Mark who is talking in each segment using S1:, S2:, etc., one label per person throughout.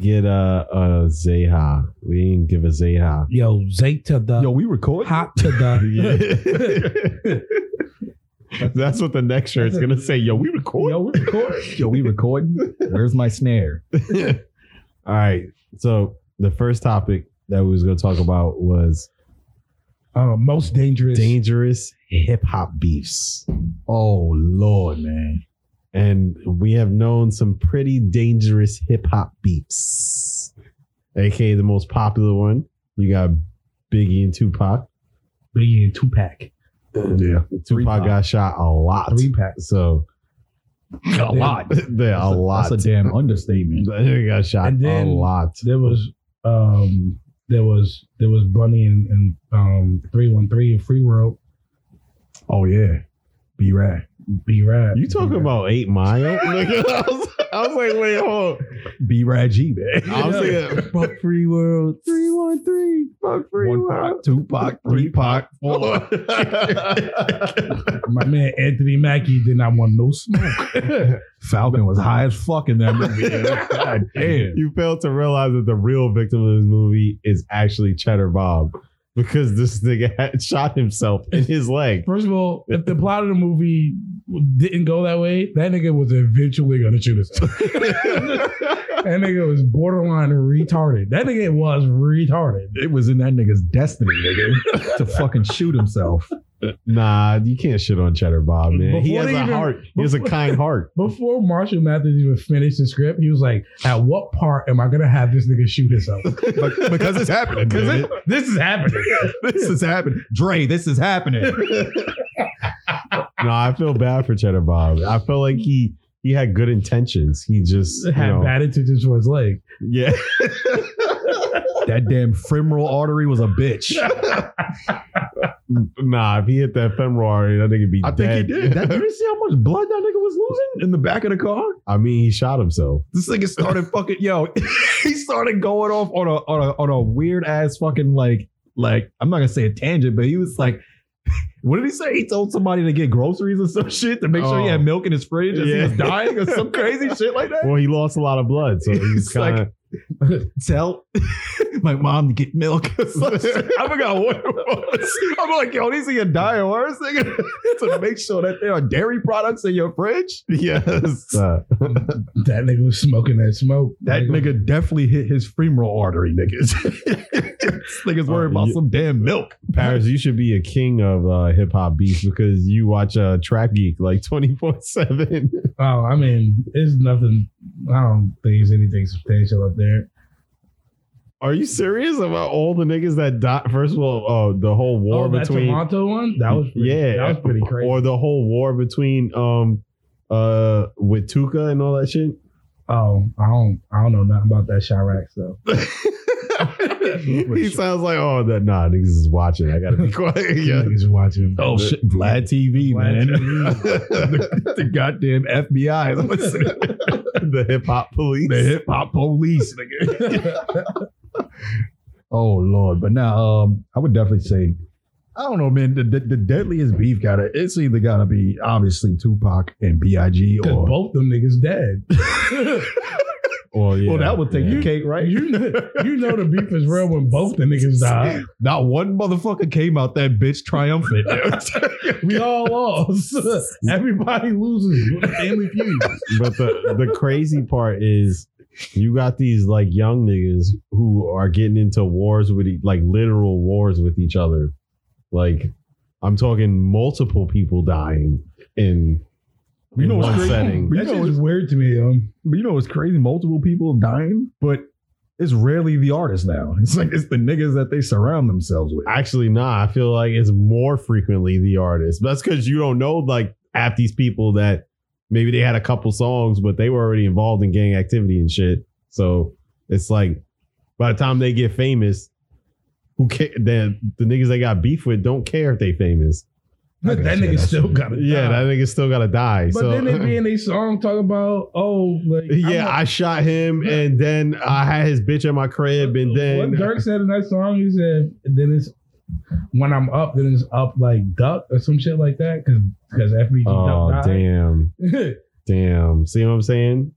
S1: get a, a Zeha. We didn't give a Zeha.
S2: Yo, Zay to the
S1: Yo, we record.
S2: hot to the
S1: Yeah. That's what the next shirt's gonna say. Yo, we record.
S3: Yo, we record. Yo, we recording. Where's my snare?
S1: All right. So the first topic that we was gonna talk about was
S2: uh, most dangerous.
S1: dangerous hip hop beefs,
S3: Oh Lord, man.
S1: and we have known some pretty dangerous hip hop beefs, aka the most popular one. You got Biggie and Tupac.
S2: Biggie and Tupac,
S1: Yeah, Tupac
S3: Three-pac.
S1: got shot a lot.
S2: three pack.
S1: So
S3: A lot.
S1: there a
S3: That's
S1: lot.
S3: That's a damn understatement.
S1: That nigga got shot
S2: And then-
S1: a lot.
S2: There was um, there was there was Bunny and, and um, three one three and Free World.
S3: Oh yeah. Be rad.
S2: B Rap.
S1: You talking about eight mile? Nigga, I, was, I was like, wait, hold.
S3: Be rad G, man.
S1: on. I was thinking,
S3: Fuck free world.
S1: three one three, fuck free
S3: One
S1: world.
S3: pack, two pack, three pack, four.
S1: Four.
S2: my man Anthony Mackie did not want no smoke.
S3: Falcon was high as fuck in that movie. yo. God damn.
S1: you fail to realize that the real victim of this movie is actually Cheddar Bob because this nigga had shot himself in his leg.
S2: First of all, if the plot of the movie didn't go that way, that nigga was eventually gonna shoot himself.
S1: Yo,
S2: That nigga was borderline retarded. That nigga was retarded.
S3: It was in that nigga's destiny, nigga, to fucking shoot himself.
S1: nah, you can't shit on Cheddar Bob, man. he
S2: Before
S1: has a
S2: they even-
S1: heart. He has a kind heart.
S2: Before Marshall Mathers even finished the script, he was like, "At what part am I gonna have this nigga shoot himself?
S3: But, because it's happening.
S2: Because
S3: man.
S2: it- this is happening."
S3: this is happening. Dre, this is happening.
S1: No, I feel bad for Cheddar Bob. I feel like he he had good intentions. He just you
S2: Had
S1: know,
S2: bad intentions for his leg.
S1: yeah.
S3: That damn femoral artery was a bitch.
S1: Nah, if he hit that femoral artery, that nigga be
S3: I think he
S1: dead.
S3: did. That, you didn't see how much blood that nigga was losing in the back of the car?
S1: I mean, he shot himself.
S3: This nigga started fucking yo. he started going off on a on a on a weird ass fucking like like I'm not gonna say a tangent, but he was like, what did he say? He told somebody to get groceries or some shit to make sure he
S1: Oh.
S3: had milk in his fridge as he
S1: Yeah.
S3: was dying or some crazy shit like that.
S1: Well, he lost a lot of blood, so he's
S3: It's like-
S1: kind of.
S3: Tell my mom to get milk. or some shit. I forgot what it was. I'm like, yo, these are your die horse nigga, to make sure that there are dairy products in your fridge.
S1: yes. Uh,
S2: That nigga was smoking that smoke.
S3: That
S2: Like,
S3: nigga definitely hit his femoral artery, niggas. this nigga's worried
S1: Oh,
S3: about
S1: you-
S3: some damn milk.
S1: Paris, you should be a king of uh, hip hop beef because you watch uh, Track Geek like 24 7.
S2: Oh, I mean, it's nothing. I don't think it's anything substantial up there.
S1: Are you serious about all the niggas that died? First of all, uh, the whole war
S2: oh, that
S1: between.
S2: Toronto one. That was pretty,
S1: yeah,
S2: That was pretty crazy.
S1: Or the whole war between um uh with Tuka and all that shit.
S2: oh, I don't. I don't know nothing about that Chirac stuff.
S1: he sounds like oh that nah niggas is watching. I gotta be quiet. Yeah.
S2: Niggas watching.
S3: Oh shit, Vlad TV,
S2: Vlad
S3: man.
S2: TV.
S3: the, the goddamn FBI, is listening.
S1: the hip hop police.
S3: the hip hop police, nigga. oh lord, but now um, I would definitely say, I don't know, man. The, the, the deadliest beef gotta it's either gotta be obviously Tupac and Big
S2: Because
S3: or
S2: both them niggas dead.
S1: Well, yeah,
S3: well, that would take
S1: yeah.
S3: the cake, right?
S2: You know, you know the beef is real when both the niggas die.
S3: Not one motherfucker came out that bitch triumphant.
S2: We all lost. Everybody loses. What a Family feud.
S1: but the the crazy part is you got these like young niggas who are getting into wars with e- like literal wars with each other. Like I'm talking multiple people dying in
S3: You know
S1: in
S3: what's
S1: one
S3: crazy?
S1: setting.
S3: You
S2: That
S3: know
S2: shit
S3: it's-
S2: is weird to me. Um,
S3: But you know it's crazy? Multiple people dying, but it's rarely the artist now. It's like it's the niggas that they surround themselves with.
S1: Actually, nah. I feel like it's more frequently the artist. That's because you don't know like half these people that maybe they had a couple songs, but they were already involved in gang activity and shit. So it's like by the time they get famous, who care? Then the niggas they got beef with don't care if they famous.
S3: I got
S2: that
S3: you, I
S2: nigga
S3: got
S2: still
S3: you.
S2: got it.
S1: Yeah, that nigga still gotta die.
S2: But
S1: so
S2: then they be in a song talking about oh like
S1: yeah, I shot him, and then I had his bitch at my crib, and then
S2: what Dirk said in that song, he said, then it's when I'm up, then it's up like duck or some shit like that. Cause because FBG
S1: oh
S2: duck died.
S1: damn, damn. See what I'm saying?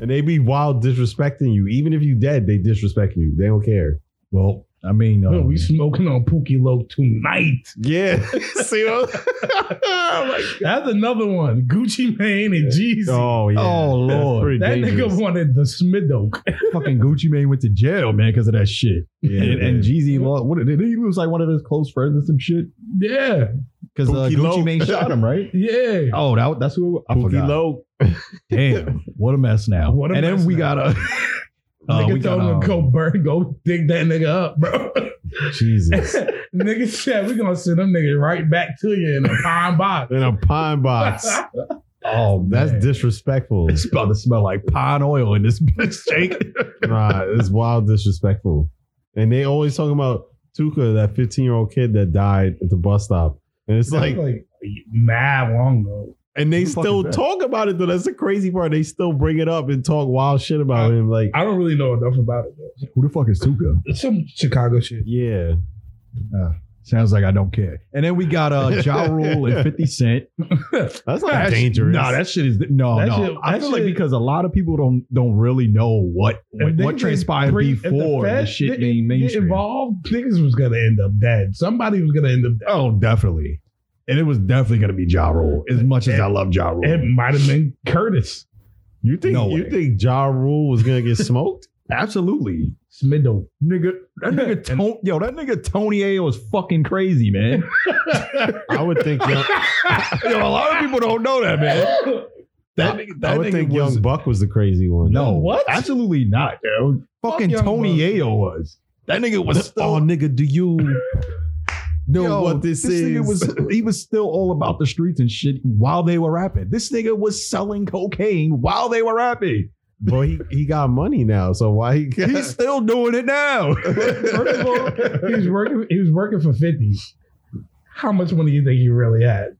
S1: And they be wild disrespecting you. Even if you dead, they disrespect you. They don't care.
S3: Well, I mean,
S2: Yo,
S3: um,
S2: we smoking on Pookie Loke tonight. Oh
S1: Yeah. See what? I'm like,
S2: That's another one. Gucci Mane and Jeezy.
S1: oh yeah.
S3: Oh,
S1: That's
S3: Lord.
S1: pretty
S2: that
S1: dangerous.
S2: nigga wanted the Smidoke.
S3: fucking Gucci Mane went to jail, man, because of that shit.
S1: Yeah,
S3: and, and Jeezy lost. What did he lose? Like one of his close friends and some shit.
S2: Yeah,
S3: Because uh,
S1: Pookie Low.
S3: Gucci Mane shot him, right?
S2: yeah.
S3: Oh, that, that's who it was. I
S1: Pookie
S3: forgot.
S1: Low.
S3: Damn, what a mess now.
S2: What a
S3: and
S2: mess
S3: then we
S2: now.
S3: got a. Uh, we
S2: nigga
S3: got
S2: told him
S3: um,
S2: to go burn, go dig that nigga up, bro.
S1: Jesus.
S2: nigga said we gonna send them niggas right back to you in a pine box.
S1: In a pine box.
S3: Oh,
S1: That's
S3: man.
S1: disrespectful.
S3: It's about to smell like pine oil in this bitch, Jake.
S1: nah, it's wild disrespectful. And they always talking about Tuka, that 15 year old kid that died at the bus stop. And it's like,
S2: like, like mad long ago.
S1: and they
S3: Who the fuck
S1: still
S3: is that?
S1: talk about it though. That's the crazy part. They still bring it up and talk wild shit about him. Like,
S2: I don't really know enough about it though.
S3: Who the fuck is Tuka?
S2: It's some Chicago shit.
S1: yeah,
S3: Sounds like I don't care. And then we got uh, Ja Rule and 50 Cent.
S1: that's not
S3: That's-
S1: dangerous.
S3: No, that shit is no,
S2: That
S3: no.
S2: shit-
S3: I
S2: that
S3: feel like
S2: shit-
S3: because a lot of people don't don't really know what what,
S2: If
S3: what
S2: niggas
S3: transpired
S2: pre- if
S3: before
S2: Fed
S3: this shit
S2: didn't
S3: being
S2: get
S3: mainstream.
S2: involved, niggas was gonna end up dead. Somebody was gonna end up dead.
S3: Oh, definitely. And it was definitely gonna be Ja Rule. As much as I love Ja Rule.
S2: It might have been Curtis
S1: you think
S3: No
S1: you
S3: way.
S1: think Ja Rule was gonna get smoked?
S3: Absolutely.
S2: Smidoke.
S3: Nigga, that nigga
S2: And-
S3: Tony, yo, that nigga Tony A was fucking crazy, man.
S1: I would think. Young,
S3: yo, a lot of people don't know that, man. That nigga, that
S1: I would
S3: nigga
S1: think
S3: was,
S1: Young Buck was the crazy one.
S3: No,
S2: What?
S3: Absolutely not, yo.
S2: Fuck
S3: Fucking
S2: Young
S3: Tony
S2: Buck.
S3: Ayo was. That nigga was
S1: oh
S3: still
S1: nigga, do you know
S3: Yo,
S1: what this,
S3: nigga
S1: is?
S3: was he was still all about the streets and shit while they were rapping. This nigga was selling cocaine while they were rapping.
S1: Boy, he, he got money now, so why he? Got,
S3: He's still doing it now.
S2: First of all, he was working. He was working for fifty. How much money do you think he really had?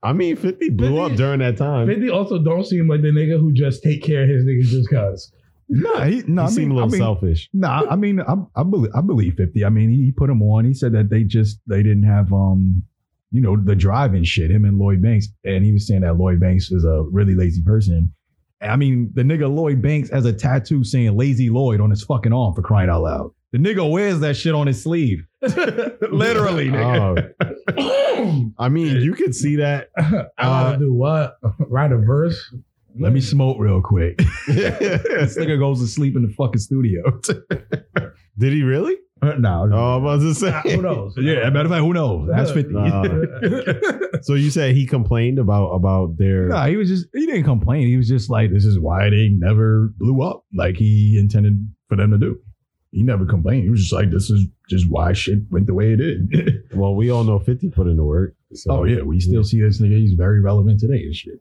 S1: I mean, Fifty blew
S2: 50
S1: up during that time.
S2: Fifty also don't seem like the nigga who just take care of his niggas just cause.
S3: nah, he, nah,
S1: he
S3: I
S1: seemed
S3: mean,
S1: a
S3: I
S1: little
S3: mean,
S1: selfish.
S3: nah, I mean, I, I believe, I believe Fifty. I mean, he, he put him on. He said that they just they didn't have um, you know, the drive and shit. Him and Lloyd Banks, and he was saying that Lloyd Banks is a really lazy person. And I mean, the nigga Lloyd Banks has a tattoo saying "Lazy Lloyd" on his fucking arm for crying out loud. The nigga wears that shit on his sleeve, literally, nigga.
S1: Oh, I mean, Oh, you could see that.
S2: I gotta do what? Write a verse.
S3: Let me smoke real quick. this
S1: Did
S3: nigga goes to sleep in the fucking studio.
S1: he really?
S3: no,
S1: Oh, I was about to say.
S2: Uh, Who knows?
S3: yeah. As a matter of fact, who knows? That's fifty.
S1: Nah. So you said he complained about about their.
S3: No, he was just he didn't complain. He was just like, this is why they never blew up like he intended for them to do. He never complained. He was just like, this is just why shit went the way it did.
S1: Well, we all know Fifty put in the work. So.
S3: oh yeah, we still see this nigga. He's very relevant today and shit.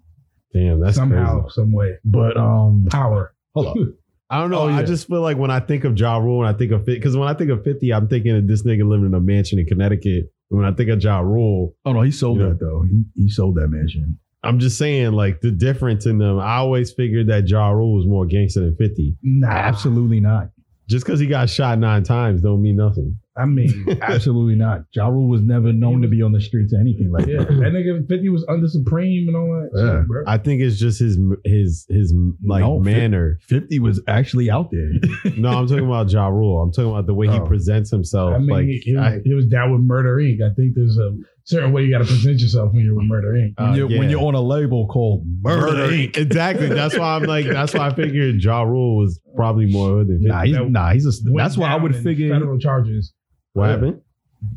S1: Damn, that's
S2: Somehow,
S1: crazy.
S2: some way,
S3: But um,
S2: power.
S3: hold on.
S1: I don't know.
S3: Oh,
S1: I
S3: yeah.
S1: just feel like when I think of Ja Rule and I think of because when I think of Fifty, I'm thinking of this nigga living in a mansion in Connecticut. And When I think of Ja Rule,
S3: Oh no, he sold
S1: Yeah.
S3: that though. He, he sold that mansion.
S1: I'm just saying like the difference in them. I always figured that Ja Rule was more gangster than Fifty.
S2: Nah,
S3: Absolutely not.
S1: Just because he got shot nine times don't mean nothing.
S2: I mean,
S3: Absolutely not. Ja Rule was never known to be on the streets or anything like
S2: yeah,
S3: that.
S2: that nigga Fifty was under Supreme and all that.
S3: Yeah.
S2: Shit, bro.
S1: I think it's just his his his like
S3: No, Fif-
S1: manner.
S3: Fifty was actually out there.
S1: no, I'm talking about Ja Rule. I'm talking about the way he
S3: Oh.
S1: presents himself.
S2: I mean,
S1: like
S2: he, he was,
S1: I,
S2: he was down with Murder Inc. I think there's a certain way you got to present yourself when you're with Murder Inc.
S1: uh,
S3: when, you're,
S1: yeah.
S3: when you're on a label called Murder, Inc.
S1: Exactly. That's why I'm like. That's why I figured Ja Rule was probably more hood than 50.
S3: Nah, he's,
S2: That
S3: nah, he's a.
S2: Went
S3: That's why I
S2: down
S3: would
S2: in
S3: figure.
S2: federal charges.
S1: What happened?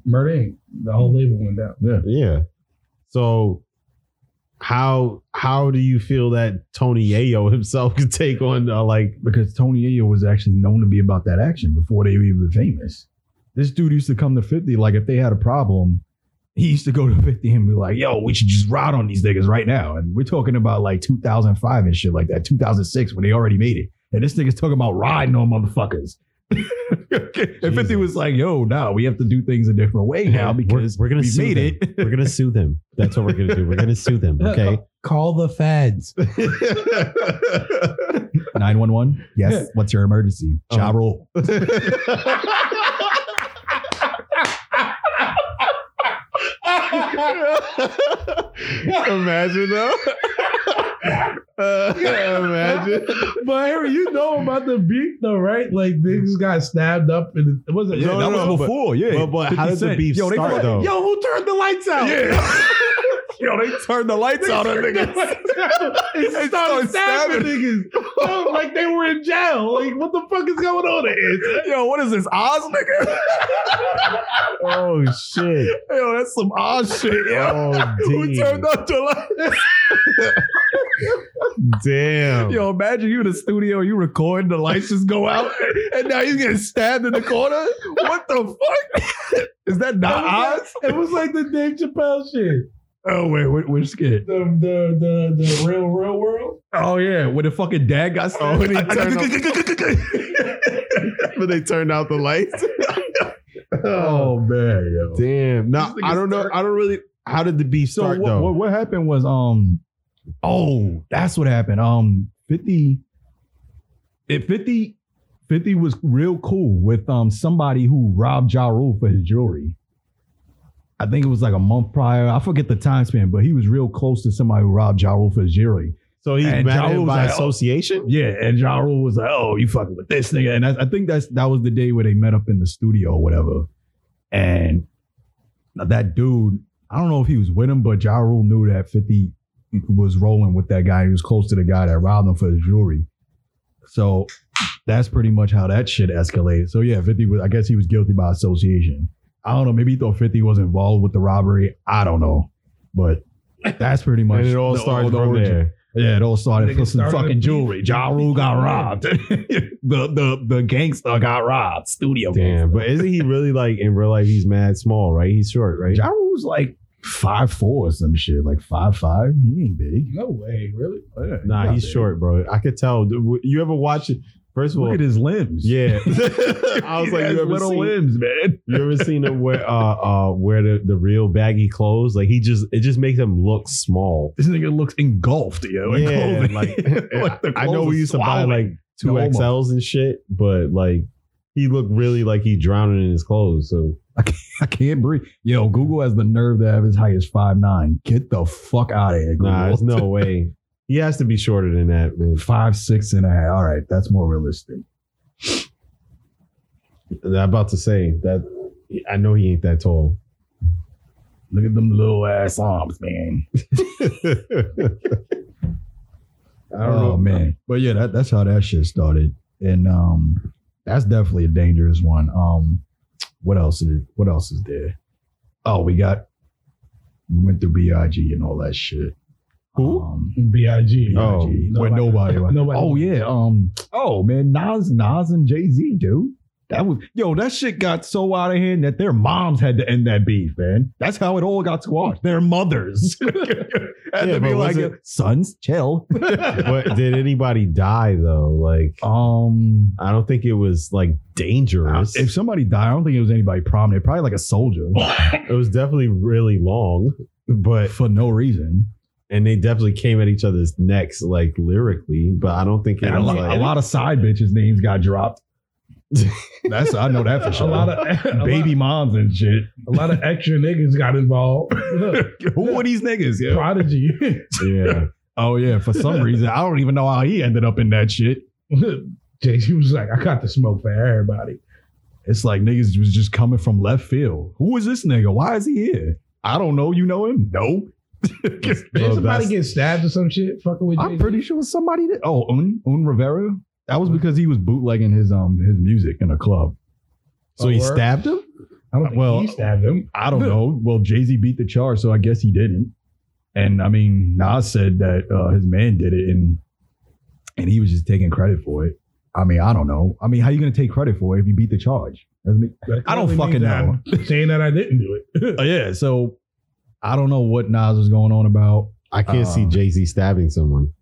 S2: Murder Inc. The whole label went down.
S1: Yeah. So how how do you feel that Tony Ayo himself could take on uh, like
S3: because Tony Ayo was actually known to be about that action before they were even famous. This dude used to come to 50, like if they had a problem, he used to go to 50 and be like, yo, we should just ride on these niggas right now. And we're talking about like 2005 and shit like that, 2006 when they already made it. And this nigga's talking about riding on motherfuckers. and 50 was like, yo, nah, we have to do things a different way now
S1: We're-
S3: because
S1: we're, gonna
S3: we
S1: sue
S3: made
S1: them.
S3: it.
S1: We're gonna sue them. That's what we're gonna do. We're gonna sue them. Okay.
S2: Call the feds.
S3: 911, yes, what's your emergency? Ja
S1: Um,
S3: Rule.
S1: Imagine though. Uh, imagine.
S2: But Harry, you know about the beef though, right? Like niggas got stabbed up and it wasn't.
S3: Yeah,
S1: No, no,
S3: that
S1: no,
S3: was
S1: but-
S3: before. yeah,
S1: but- but how
S3: 50
S1: did the
S3: Cent.
S1: beef
S3: they
S1: start,
S3: fuck-
S1: though?
S3: Yo, who turned the lights out?
S1: Yeah.
S3: yo, they turned the lights out on niggas.
S2: It started stabbing niggas. Yo, like they were in jail. Like what the fuck is going on here?
S3: Yo, what is this Oz nigga?
S1: Oh shit.
S3: Yo, that's some Oz shit. Yo,
S1: Oh
S3: who turned
S1: damn.
S3: up the lights?
S1: damn.
S3: Yo, imagine you in the studio, you record, the lights just go out, and now you getting stabbed in the corner. What the fuck? Is that not
S2: That
S3: Oz?
S2: It was like the Dave Chappelle shit.
S3: Oh wait, we're, we're scared.
S2: The the the, the real real world.
S3: Oh yeah, when the fucking dad got
S1: Oh, and he
S3: stabbed.
S1: But they turned out the lights.
S3: Oh man, yo.
S1: Damn. No,
S3: This nigga
S1: I don't know.
S3: start-
S1: I don't really. How did the beef
S3: So
S1: start
S3: what,
S1: though?
S3: what, what happened was um oh that's what happened um 50 if 50 50 was real cool with um somebody who robbed Ja Rule for his jewelry. I think it was like a month prior. I forget the time span, but he was real close to somebody who robbed Ja Rule for his jewelry.
S1: so he's
S3: And
S1: mad
S3: Ja
S1: at him
S3: Rule was
S1: by
S3: like, oh.
S1: association.
S3: Yeah, and Ja Rule was like, "Oh, you fucking with this nigga," and I, I think that's that was the day where they met up in the studio or whatever. And now that dude, I don't know if he was with him, but Ja Rule knew that Fifty was rolling with that guy. He was close to the guy that robbed him for his jewelry. So that's pretty much how that shit escalated. So yeah, Fifty was. I guess he was guilty by association. I don't know. Maybe he thought Fifty was involved with the robbery. I don't know, but. That's pretty much
S1: And it all
S3: the-
S1: started
S3: the
S1: from
S3: origin.
S1: there.
S3: Yeah, it all started
S2: Nigga
S3: for some
S2: started a
S3: fucking
S2: beef.
S3: jewelry. Ja Rule got robbed. the the the gangster got robbed. Studio
S1: Damn. But isn't he really like in real life? He's mad small, right? He's short, right?
S3: Ja Rule's like five four or some shit, like five five. He ain't big.
S2: No way, really.
S3: Yeah,
S1: Nah,
S3: not
S1: he's
S3: big.
S1: short, bro. I could tell. Dude, You ever watch it? First of
S3: Look
S1: all,
S3: at his limbs.
S1: yeah.
S3: I was like, you
S1: ever
S3: little
S1: seen-
S3: limbs, man.
S1: You ever seen him wear uh uh wear the, the real baggy clothes? Like he just it just makes him look small.
S3: This nigga looks engulfed, yo. In
S1: Yeah,
S3: clothing.
S1: like,
S3: the
S1: I know
S3: clothes
S1: we
S3: are
S1: used to buy
S3: swallowing.
S1: like two
S3: No homo.
S1: XLs and shit, but like he looked really like he drowning in his clothes. So
S3: I can't breathe. Yo, Google has the nerve to have his height as five nine. Get the fuck out of here, Google.
S1: nah, there's no way. He has to be shorter than that, man.
S3: Five six and a half. All right, that's more realistic.
S1: I'm about to say that I know he ain't that tall.
S3: Look at them little ass arms, man.
S1: I don't
S3: oh
S1: know,
S3: man. But yeah, that, that's how that shit started. And um that's definitely a dangerous one. Um what else is what else is there? Oh, we got we went through BIG and all that shit.
S1: Who?
S3: Um,
S2: Big.
S1: Oh,
S3: B.I.G., where
S2: nobody-
S3: nobody, went.
S2: nobody-
S3: Oh yeah. Um. Oh man, Nas, Nas and Jay Z, dude. That was yo. That shit got so out of hand that their moms had to end that beef, man. That's how it all got squashed. Their mothers had
S1: Yeah,
S3: to be
S1: but was
S3: like,
S1: it-
S3: "Sons, chill."
S1: but did anybody die though? Like
S3: um.
S1: I don't think it was like dangerous.
S3: If somebody died, I don't think it was anybody prominent. Probably like a soldier,
S1: it was definitely really long, but
S3: for no reason.
S1: and they definitely came at each other's necks like lyrically. But I don't think it
S3: And a,
S1: was
S3: lot,
S1: like
S3: a lot of side bitches' names got dropped. That's I know that for
S2: A
S3: sure.
S2: lot of a
S3: baby moms and shit.
S2: lot, a lot of extra niggas got involved. Look,
S3: Who were these niggas? Yo?
S2: Prodigy.
S1: yeah.
S3: Oh yeah, for some reason I don't even know how he ended up in that shit.
S2: Jay Z was like, I got the smoke for everybody.
S3: It's like niggas was just coming from left field. Who is this nigga? Why is he here? I don't know. You know him? No.
S2: Did
S1: Well,
S2: somebody
S1: that's-
S2: get stabbed or some shit? Fucking with
S3: I'm
S2: Jay
S3: pretty sure somebody did. Oh, Un Un Rivera. That was because he was bootlegging his um his music in a club.
S1: So
S2: Oh,
S1: he
S2: word?
S1: stabbed him?
S2: I don't think
S3: well,
S2: he stabbed him.
S3: I don't know. Well, Jay Z beat the charge, so I guess he didn't. And I mean, Nas said that uh, his man did it, and and he was just taking credit for it. I mean, I don't know. I mean, how you gonna take credit for it if you beat the charge? Doesn't make-
S2: That
S3: I don't
S2: clearly
S3: fucking
S2: means I'm saying that I didn't do it.
S3: Uh, yeah, so I don't know what Nas was going on about.
S1: I can't see
S3: Uh,
S1: Jay Z stabbing someone.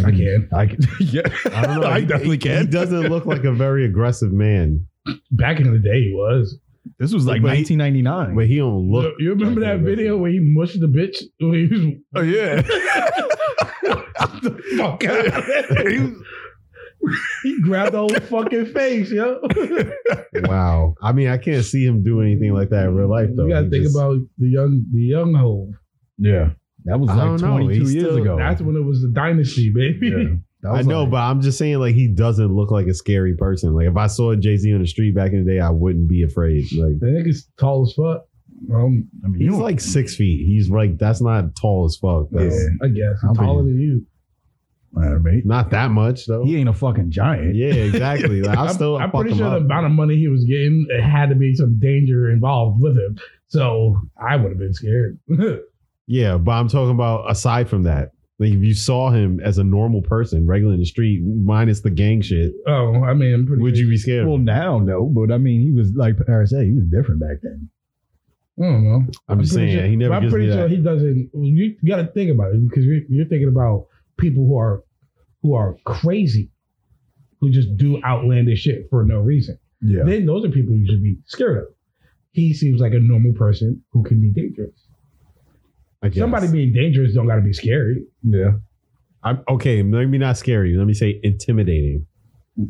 S2: I can.
S3: I can. Yeah,
S1: I don't know.
S3: I
S1: He-
S3: definitely
S1: He,
S3: can.
S1: doesn't look like a very aggressive man,
S2: Back in the day, he was.
S3: This was like
S1: But he-
S3: 1999.
S1: but he don't look.
S2: you remember
S1: like
S2: that
S1: an
S2: video
S1: aggressive-
S2: where he mushed the bitch? When he was,
S3: oh yeah.
S2: fuck out. he grabbed the whole fucking face, yo.
S1: Wow. I mean, I can't see him do anything like that in real life though.
S2: You gotta
S1: He
S2: think
S1: just-
S2: about the young, the young hoe.
S3: yeah. That was
S1: I
S3: like
S1: don't know.
S3: 22 years
S1: He's still-
S3: ago.
S2: That's when it was the dynasty, baby.
S3: Yeah. That
S1: I
S3: was
S1: know,
S3: like-
S1: but I'm just saying, like, he doesn't look like a scary person. Like, if I saw Jay Z on the street back in the day, I wouldn't be afraid. Like,
S2: That nigga's tall as fuck. Um,
S3: I mean, you
S1: he's
S3: don't-
S1: like six feet. He's like, that's not tall as fuck. Though.
S3: Yeah.
S2: I guess
S3: I'll
S2: I'm
S3: be-
S2: taller than you.
S3: I mean,
S1: Not that much, though.
S3: he ain't a fucking giant.
S1: Yeah, exactly. Like, I
S2: I'm-
S1: still,
S2: I'm
S1: fuck
S2: pretty
S1: him
S2: sure the
S1: up.
S2: amount of money he was getting, it had to be some danger involved with him. So I would have been scared.
S1: Yeah, but I'm talking about aside from that. Like if you saw him as a normal person, regular in the street, minus the gang shit,
S2: oh, I mean, I'm pretty.
S1: would you be scared?
S3: Well, now no, but I mean, he was like Paris said, he was different back then.
S2: I don't know.
S1: I'm, just
S2: pretty
S1: saying
S2: sure-
S1: he never
S2: I'm
S1: gives me
S2: pretty sure
S1: that.
S2: he doesn't. You got to think about it because you're, you're thinking about people who are who are crazy, who just do outlandish shit for no reason.
S3: Yeah,
S2: Then those are people you should be scared of. He seems like a normal person who can be dangerous.
S1: I guess.
S2: Somebody being dangerous don't got to be scary.
S3: yeah.
S1: I'm, okay, maybe not scary. Let me say intimidating.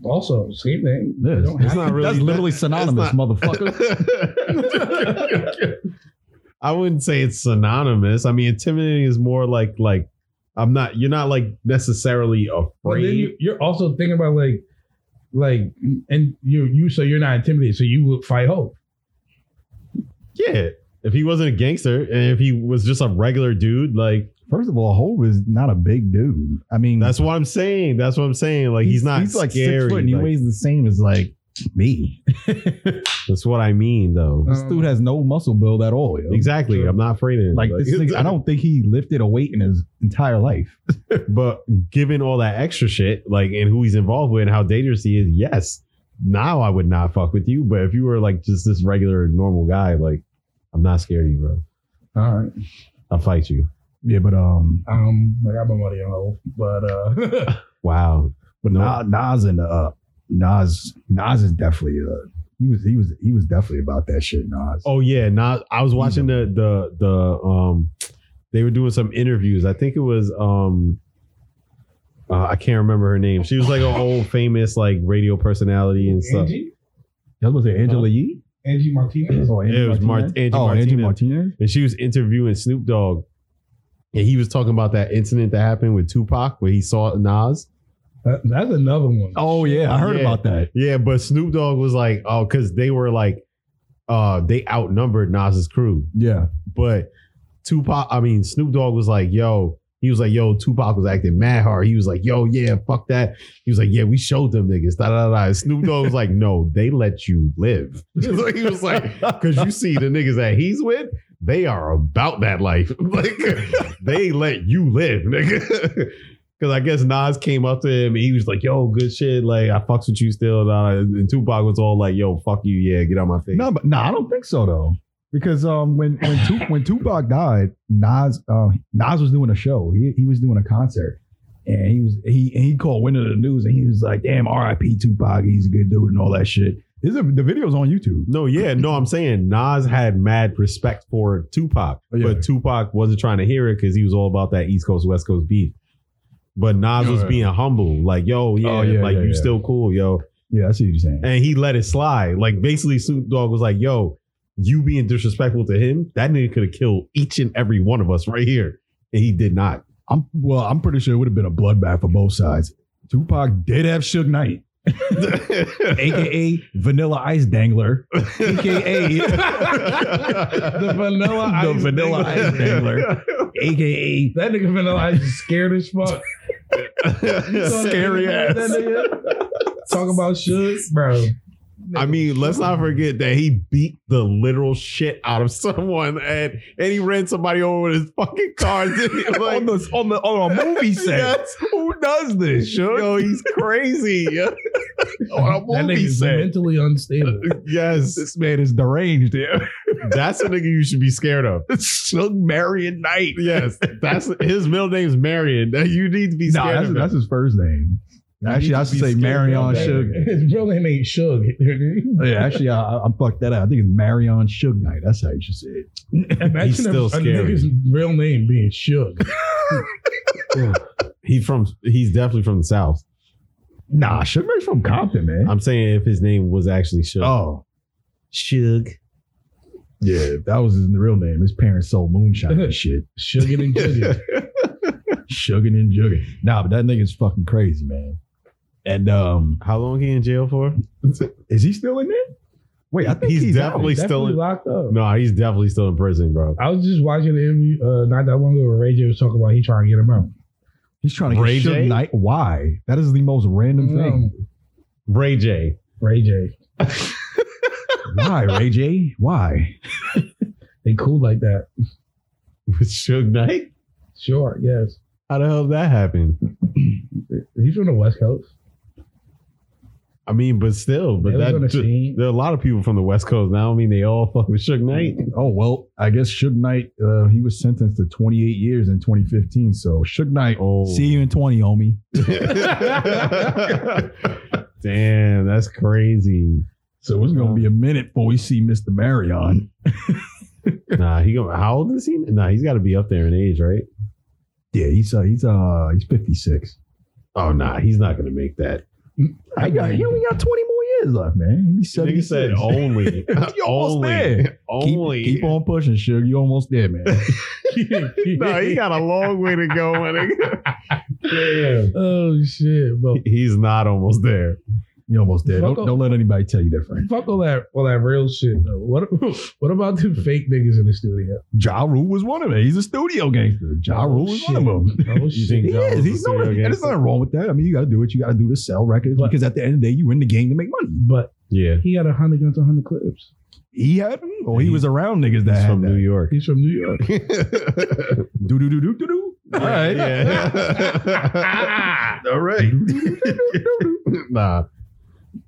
S2: Also, same thing.
S3: Yeah,
S2: They don't
S1: It's
S2: have-
S1: not really.
S3: That's literally
S1: that-
S3: synonymous,
S1: it's
S3: motherfucker.
S1: not- I wouldn't say it's synonymous. I mean, intimidating is more like like I'm not. You're not like necessarily
S2: But then
S1: afraid.
S2: you, you're also thinking about like, like, and you you so you're not intimidated, so you would fight hope.
S1: yeah. If he wasn't a gangster and if he was just a regular dude, like
S3: First of all, Hope is not a big dude. I mean,
S1: That's what I'm saying. That's what I'm saying. Like he's, not
S3: like
S1: scary.
S3: six foot and he
S1: Like,
S3: weighs the same as like me.
S1: that's what I mean, though.
S3: This
S2: Um,
S3: dude has no muscle build at all. yo.
S1: exactly.
S2: true.
S1: I'm not afraid of him.
S3: Like this thing, I don't think he lifted a weight in his entire life.
S1: But given all that extra shit, like and who he's involved with and how dangerous he is, yes. Now I would not fuck with you. But if you were like just this regular normal guy, like I'm not scared of you, bro.
S2: All right.
S1: I'll fight you.
S3: Yeah, but um,
S2: Um, I got my money on hope, but uh.
S1: Wow.
S3: but
S1: No.
S3: Nas, Nas and uh, Nas, Nas is definitely uh, he was he was he was definitely about that shit. Nas.
S1: Oh yeah. Now I was watching the the the um they were doing some interviews. I think it was um uh, I can't remember her name. She was like an old famous like radio personality and stuff.
S2: Angie?
S3: that was it, Angela Yee.
S2: Angie Martinez?
S3: Oh,
S1: It was Mar- Angie
S3: oh, Angie
S1: Martinez.
S3: Martinez.
S1: And she was interviewing Snoop Dogg. And he was talking about that incident that happened with Tupac where he saw Nas.
S2: That- that's another one.
S3: Oh yeah, I heard
S1: Yeah.
S3: about that.
S1: Yeah, but Snoop Dogg was like, oh, because they were like, uh, they outnumbered Nas's crew.
S3: Yeah,
S1: But Tupac, I mean, Snoop Dogg was like, yo, he was like, yo, Tupac was acting mad hard. He was like, yo, yeah, fuck that. He was like, yeah, we showed them niggas. Da, da, da. da. Snoop Dogg was like, no, they let you live. So he was like, because you see the niggas that he's with, they are about that life. Like, they let you live, nigga. Because I guess Nas came up to him and he was like, yo, good shit. Like, I fucks with you still. da, da. And Tupac was all like, yo, fuck you. Yeah, get out my face.
S3: No, but no, I don't think so though. Because um, when when Tu- when Tupac died, Nas um, Nas was doing a show. He, he was doing a concert, and he was he and he called wind of the news, and he was like, "Damn, R.I.P. Tupac. He's a good dude and all that shit." This is the video's on YouTube.
S1: No, yeah, no, I'm saying Nas had mad respect for Tupac,
S3: Oh, yeah.
S1: but Tupac wasn't trying to hear it because he was all about that East Coast, West Coast beef. But Nas
S3: Oh,
S1: was
S3: yeah.
S1: being humble, like, yo, yeah,
S3: Oh, yeah,
S1: like
S3: yeah,
S1: you
S3: yeah.
S1: still cool, yo.
S3: Yeah, I see what you're saying.
S1: And he let it slide. Like basically Snoop Dogg was like, yo, you being disrespectful to him, that nigga could have killed each and every one of us right here. And he did not.
S3: I'm well, I'm pretty sure it would have been a bloodbath for both sides. Tupac did have Suge Knight, aka Vanilla Ice Dangler, aka
S2: The vanilla
S3: The
S2: ice.
S3: Vanilla
S2: nigga.
S3: Ice Dangler. aka
S2: That nigga vanilla ice is scared as fuck. You saw that
S1: Scary
S2: nigga-
S1: ass.
S2: that nigga? Talk about shit, bro.
S1: I mean, let's not forget that he beat the literal shit out of someone, and and he ran somebody over with his fucking car. like,
S3: on the on the on a movie set.
S1: yes.
S3: Who does this? Suge?
S1: yo, he's crazy.
S2: That
S1: on a
S2: nigga
S1: movie
S2: is
S1: set.
S2: mentally unstable.
S1: Yes,
S3: This man is deranged.
S1: that's a nigga you should be scared of.
S3: Suge Marion Knight.
S1: Yes, that's his middle name's Marion. That you need to be
S3: No,
S1: scared
S3: that's,
S1: of.
S3: that's his first name. Actually, I should say Marion Suge.
S2: His real name ain't Suge.
S3: Yeah, actually, I, I I fucked that up. I think it's Marion Suge Knight. That's how you should say it.
S2: Imagine
S1: He's still
S2: if a
S1: scary.
S2: nigga's real name being Suge.
S1: he's from. He's definitely from the south.
S3: Nah, Suge Knight's from Compton, man.
S1: I'm saying if his name was actually Suge.
S3: oh,
S1: Suge.
S3: Yeah, if that was his real name. His parents sold moonshine and shit.
S2: Sugar and Jiggy.
S3: Shugging and jugging. Nah, but that nigga's fucking crazy, man. And um,
S1: How long he in jail for?
S3: is he still in there? Wait, I think
S1: He's
S3: he's,
S1: definitely- still
S2: Definitely
S3: definitely.
S1: in-
S2: locked up.
S1: No, he's definitely still in prison, bro.
S2: I was just watching an interview uh, not that long ago where Ray J was talking about he trying to get him out.
S3: He's trying to
S1: Ray
S3: get Suge
S1: J?
S3: Knight. Why? That is the most random thing.
S1: Ray J.
S2: Ray J.
S3: Why, Ray J? Why?
S2: They cool like that.
S1: With Suge Knight?
S2: Sure, yes.
S1: How the hell did that happen?
S2: He's from the West Coast.
S1: I mean, but still, but
S2: They was on
S1: that
S2: the
S1: ju-
S2: scene.
S1: there are a lot of people from the West Coast now. I mean, they all fuck with Suge Knight.
S3: Oh well, I guess Suge Knight. Uh, he was sentenced to 28 years in 2015. So Suge Knight.
S1: Oh,
S3: See you in 20, homie.
S1: damn, that's crazy.
S3: So it's gonna be a minute before we see Mr. Marion.
S1: Nah, he gonna. How old is he? Nah, he's got to be up there in age, right?
S3: Yeah, he's uh, he's uh he's 56.
S1: Oh, nah, he's not gonna make that.
S3: I got he only got 20 more years left, man. He be
S1: Nigga
S3: 76.
S1: said only,
S3: You almost
S1: only,
S3: there. Keep,
S1: only.
S3: keep on pushing, Suge. You almost there, man.
S1: Nah, he got a long way to go, my nigga.
S2: Damn. Oh shit, bro.
S1: He's not almost there.
S3: You almost there. Don't,
S2: Fuck off.
S3: don't let anybody tell you different.
S2: Fuck all that all that real shit though. What what about the fake niggas in the studio?
S3: Ja Rule was one of them. He's a studio gangster. Ja Rule was one of them.
S2: Oh
S1: You
S2: shit.
S1: think
S3: He
S1: Ja Rule's
S3: is.
S1: a
S3: He's no,
S1: studio
S3: and there's
S1: gangster?
S3: nothing wrong with that. I mean, you got to do what you got to do to sell records
S2: But-
S3: because at the end of the day, you in the game to make money.
S2: But
S1: Yeah,
S2: he had a hundred guns, a hundred clips.
S3: He had them, or he,
S1: He-
S3: was around niggas that
S1: he's
S3: had
S1: from New
S3: that.
S1: York.
S2: He's from New York.
S3: Do do do do do do. All right.
S1: Yeah. All right. nah.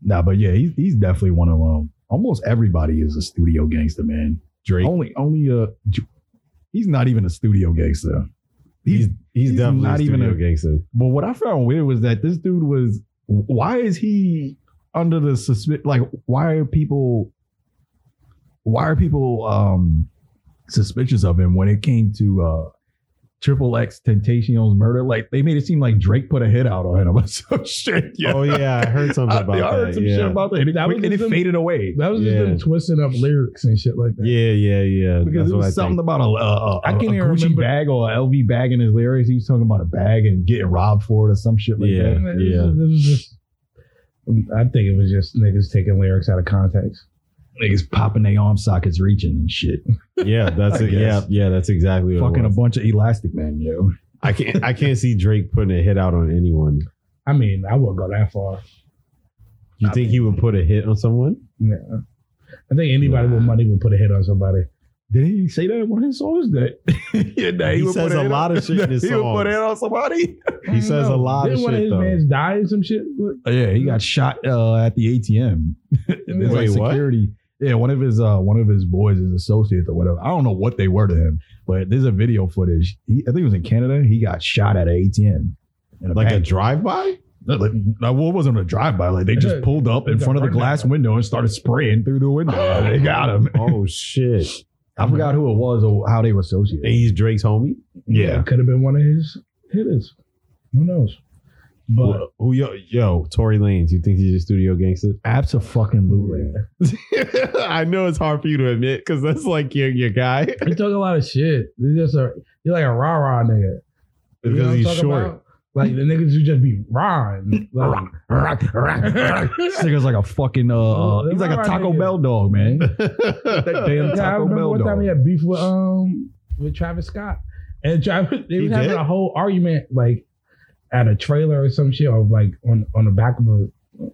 S3: Nah, but yeah, he's, he's definitely one of them. Almost everybody is a studio gangster, man.
S1: Drake.
S3: Only, only uh, J- he's not even a studio gangster.
S1: he's,
S3: He's,
S1: he's
S3: he's
S1: definitely
S3: not
S1: a
S3: even
S1: studio
S3: a-
S1: gangster.
S3: but what I found weird was that this dude was. Why is he under the suspicion? Like, why are people? Why are people um suspicious of him when it came to uh Triple X Tentacion's murder? Like, they made it seem like Drake put a hit out on him or some shit. Yeah. Uh,
S1: Oh yeah, I heard something
S3: I,
S1: about
S3: I heard
S1: that.
S3: some
S1: yeah.
S3: shit about that. And it,
S2: That was
S3: and it
S2: just him-
S3: faded away.
S2: That was just
S1: Yeah.
S2: them twisting up lyrics and shit like that.
S1: yeah, yeah, yeah.
S3: Because
S1: That's what
S3: it
S1: I
S3: was
S1: think.
S3: something about a, a, a,
S2: I can't
S3: a
S2: even
S3: Gucci
S2: remember-
S3: bag or an LV bag in his lyrics. He was talking about a bag and getting robbed for it or some shit like
S1: Yeah.
S3: that.
S2: It was- it was just- I think it was just niggas taking lyrics out of context.
S3: Niggas popping their arm sockets, reaching and shit.
S1: Yeah, that's
S3: I
S1: it. Yeah,
S3: guess.
S1: yeah, that's exactly what
S3: Fucking
S1: it
S3: a
S1: was.
S3: bunch of elastic man, yo.
S1: I can't. I can't see Drake putting a hit out on anyone.
S2: I mean, I wouldn't go that far.
S1: You
S3: I
S1: think he would put a hit on someone?
S2: I think anybody with money would put a hit on somebody.
S3: Did he say that in one of his songs? That yeah, that
S1: He
S3: would
S1: says
S3: put
S1: a
S3: it
S1: lot
S3: on-
S1: of shit in his
S3: he would put
S1: songs.
S3: it on somebody.
S1: He says a lot
S2: Didn't
S1: of
S2: one of
S1: shit
S2: his
S1: though.
S2: mans die or some shit?
S3: Yeah, he got shot uh, at the ATM. There's
S1: Wait, what?
S3: security. Yeah, one of his uh, one of his boys, his associates or whatever. I don't know what they were to him, but there's a video footage. He, I think it was in Canada. He got shot at an ATM. In
S1: like a
S3: bank.
S1: drive by?
S3: No, like, no, well, it wasn't a drive by. Like they just pulled up in front of the glass window and started spraying through the window. they got him.
S1: Oh shit!
S3: I forgot who it was or how Mm-hmm. they were
S1: And
S3: associated.
S1: he's Drake's homie.
S3: Yeah.
S2: could have been one of his hitters. Who knows? But
S1: Who, who yo yo Tory Lanez? You think he's a studio gangster?
S3: Absolutely.
S1: I know it's hard for you to admit because that's like your your guy.
S2: he took a lot of shit. He's just a you're like a rah rah nigga. You know what
S1: Because
S2: I'm
S1: he's
S2: talking
S1: short.
S2: about? Like the niggas who just be rhyme. Like,
S3: This nigga's like a fucking uh, uh he's like a Taco Bell dog, man. That damn
S2: yeah, I
S3: Taco
S2: remember
S3: Bell
S2: one time
S3: dog.
S2: he had beef with um with Travis Scott, and Travis they
S1: He
S2: was having
S1: did?
S2: a whole argument like at a trailer or some shit, or like on on the back of a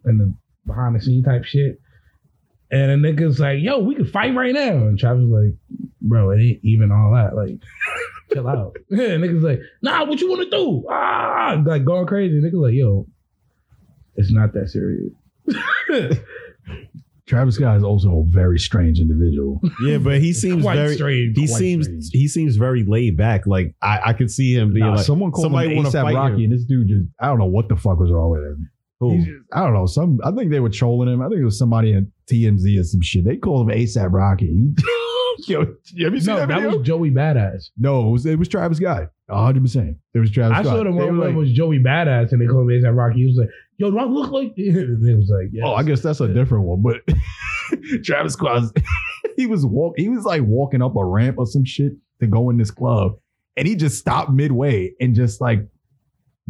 S2: in the behind the scene type shit. And the nigga's like, "Yo, we could fight right now," and Travis was like, "Bro, it ain't even all that. Like, chill out." and niggas like, "Nah, what you want to do?" Ah, like going crazy. Niggas like, "Yo, it's not that serious."
S3: Travis Scott is also a very strange individual.
S1: yeah, but he seems
S2: Quite
S1: very.
S2: strange.
S1: He
S3: quite
S1: seems
S3: strange.
S1: he seems very laid back. Like I, I could see him being
S3: Nah,
S1: like
S3: someone called
S1: somebody
S3: him
S1: wanna
S3: ASAP
S1: fight
S3: Rocky,
S1: him.
S3: and this dude just I don't know what the fuck was wrong with him.
S1: who?
S3: He's just- I don't know. Some I think they were trolling him. I think it was somebody at TMZ or some shit. They called him ASAP Rocky. Yo, have you seen
S2: No,
S3: that,
S2: that
S3: video?
S2: was Joey Badass.
S3: no, it was, it was Travis Scott. hundred percent. It was Travis
S2: I saw
S3: Scott.
S2: the
S3: They
S2: one
S3: were
S2: where it
S3: like,
S2: was Joey Badass and they called me ASAP Rocky. He was like, "Yo, do I look like?" This? And they was like, yes.
S3: Oh, I guess that's a different one, but Travis Scott's he was walk he was like walking up a ramp or some shit to go in this club. And he just stopped midway and just like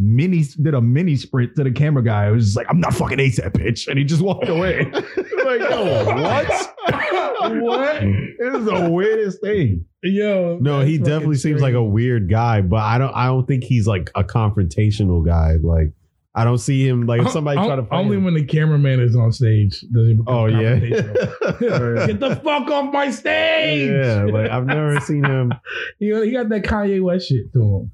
S3: mini did a mini sprint to the camera guy. It was just like, I'm not fucking ASAP, bitch. And he just walked away. like, yo, what? what? It was the weirdest thing.
S2: Yo,
S1: No,
S2: that's
S1: he
S2: fucking
S1: definitely seems like
S2: crazy.
S1: a weird guy, but I don't I don't think he's like a confrontational guy. Like I don't see him like
S3: Oh,
S1: if somebody
S2: O-
S1: try to fight
S2: only
S1: him-
S2: when the cameraman is on stage does he become
S1: Oh yeah.
S2: confrontational. Get the fuck off my stage!
S1: yeah, like I've never seen him.
S2: You know, he got that Kanye West shit to him.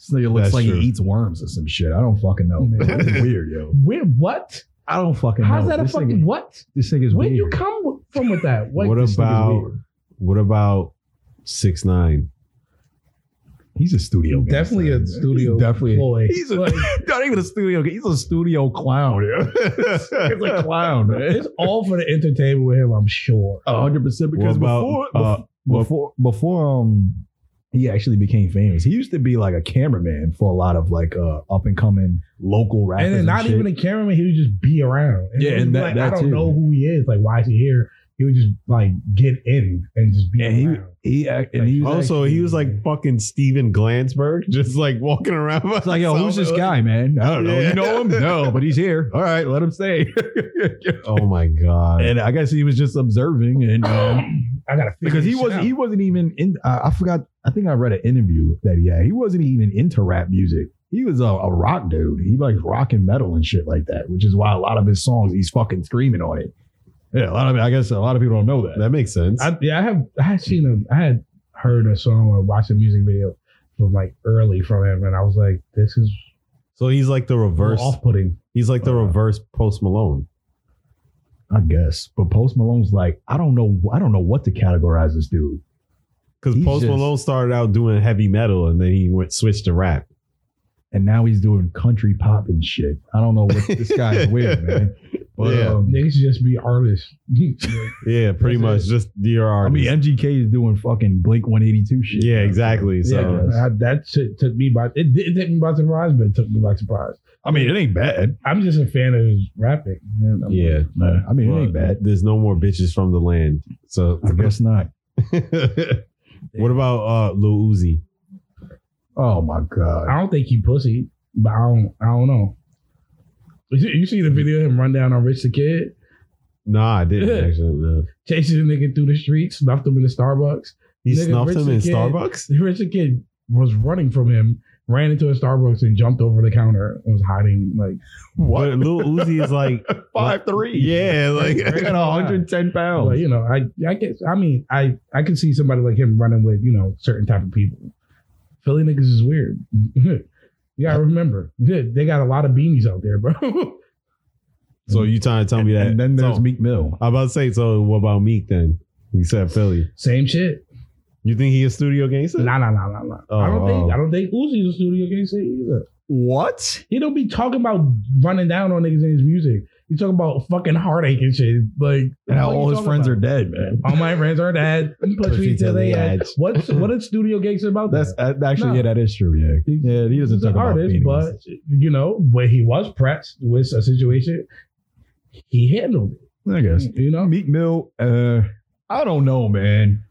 S3: So it looks
S1: That's
S3: like
S1: true.
S3: he eats worms or some shit. I don't fucking know, man. That's weird, yo.
S2: Where what?
S3: I don't fucking know.
S2: How's that a
S3: This
S2: fucking
S3: nigga-
S2: what?
S3: this thing is
S2: Where
S3: weird.
S2: you come w- from with that?
S1: What,
S3: this nigga's
S1: about
S3: weird.
S1: what about six nine?
S3: He's a studio. guy,
S2: Definitely
S3: son.
S2: a studio
S3: He's definitely.
S2: boy.
S3: He's a, not even a studio. guy. He's a studio clown. yo. This nigga's a clown, man.
S2: It's all for the entertainment with him, I'm sure.
S3: A hundred percent. Because
S1: What about,
S3: before,
S1: uh,
S3: bef- before, before, um, he actually became famous. He used to be like a cameraman for a lot of like uh up and coming local rappers.
S2: and then not
S3: shit.
S2: even a cameraman, he would just be around.
S3: Yeah,
S2: he'd
S3: and
S2: be
S3: that-
S2: like,
S3: that
S2: I don't
S3: too.
S2: know who he is. Like, why is he here? He would just like get in and just be
S3: And he-
S2: around.
S3: he act- and he was
S1: Also,
S3: actually-
S1: Oh, he was like fucking Steven Glansberg, just like walking around. by
S3: It's like, yo, who's this
S1: himself.
S3: guy, man? I don't know.
S1: Yeah.
S3: You know him? No, but he's here. All right, let him stay.
S1: Oh my god!
S3: and I guess he was just observing, and um,
S2: I gotta figure
S3: because he
S2: this
S3: was
S2: shit
S3: he
S2: out.
S3: wasn't even in. Uh, I forgot. I think I read an interview that he had. He wasn't even into rap music. He was a, a rock dude. He like rock and metal and shit like that, which is why a lot of his songs he's fucking screaming on it. Yeah, a lot of I guess a lot of people don't know that.
S1: that makes sense.
S2: I, yeah, I have I had seen him. I had heard a song or watched a music video from like early from him, and I was like, this is
S1: so he's like the reverse.
S2: off putting.
S1: He's like the
S3: Uh,
S1: reverse Post Malone.
S3: I guess, but Post Malone's like I don't know. I don't know what to categorize this dude.
S1: Because
S3: He's
S1: Post
S3: just-
S1: Malone started out doing heavy metal and then he went switched to rap.
S3: and now he's doing country pop and shit. I don't know what this guy's weird, man. But
S1: Yeah.
S3: um,
S2: Niggas should just be artists.
S1: Yeah, pretty
S2: That's
S1: much
S2: it.
S1: just your
S3: I
S1: artist.
S3: mean, MGK is doing fucking Blink One Eighty Two shit.
S1: yeah, exactly.
S2: yeah,
S1: So
S2: I- that shit took me by it, did- it took me by surprise, but it took me by surprise.
S3: I mean, it ain't bad.
S2: I'm just a fan of his rapping. man. I'm-
S1: yeah,
S3: Uh, I mean, it
S1: Well,
S3: ain't bad.
S1: There's no more bitches from the land. So
S3: I guess not.
S1: what about uh Lil Uzi?
S3: Oh my god.
S2: I don't think he pussy, but I don't I don't know. You see, you see the video of him run down on Rich the Kid,
S1: Nah, I didn't
S2: Yeah.
S1: actually. No.
S2: chasing the nigga through the streets, left him in the Starbucks.
S1: He
S2: Nigga,
S1: snuffed
S2: Rich
S1: him
S2: the
S1: in
S2: Kid.
S1: Starbucks.
S2: The Rich the Kid was running from him, ran into a Starbucks and jumped over the counter and was hiding like
S1: What? But Lil Uzi is like
S3: Five three.
S1: yeah, like
S3: and hundred ten pounds.
S2: But you know, I I guess I mean I I can see somebody like him running with you know certain type of people. Philly niggas is weird. you gotta remember, they they got a lot of beanies out there, bro.
S1: So you trying to tell me that?
S3: And then there's
S1: so,
S3: Meek Mill.
S1: I'm about to say. So what about Meek then? He said Philly.
S2: Same shit.
S1: You think he a studio gangster?
S2: Nah, nah, nah, nah, nah.
S1: Oh,
S2: I don't think
S1: oh.
S2: I don't think Uzi's a studio gangster either.
S3: What?
S2: He don't be talking about running down on niggas in his music. He talking about fucking heartache and shit. Like
S3: And how all his friends are dead, man.
S2: All my friends are dead. You Push me till they add. What's what is studio gangster about?
S3: That's
S2: that?
S3: uh, actually
S2: No.
S3: yeah, that is true. Yeah, yeah. He doesn't
S2: He's an
S3: talk about
S2: artist,
S3: feelings.
S2: but you know when he was pressed with a situation, he handled it.
S3: I guess
S2: You know,
S3: Meek Mill. Uh, I don't know, man.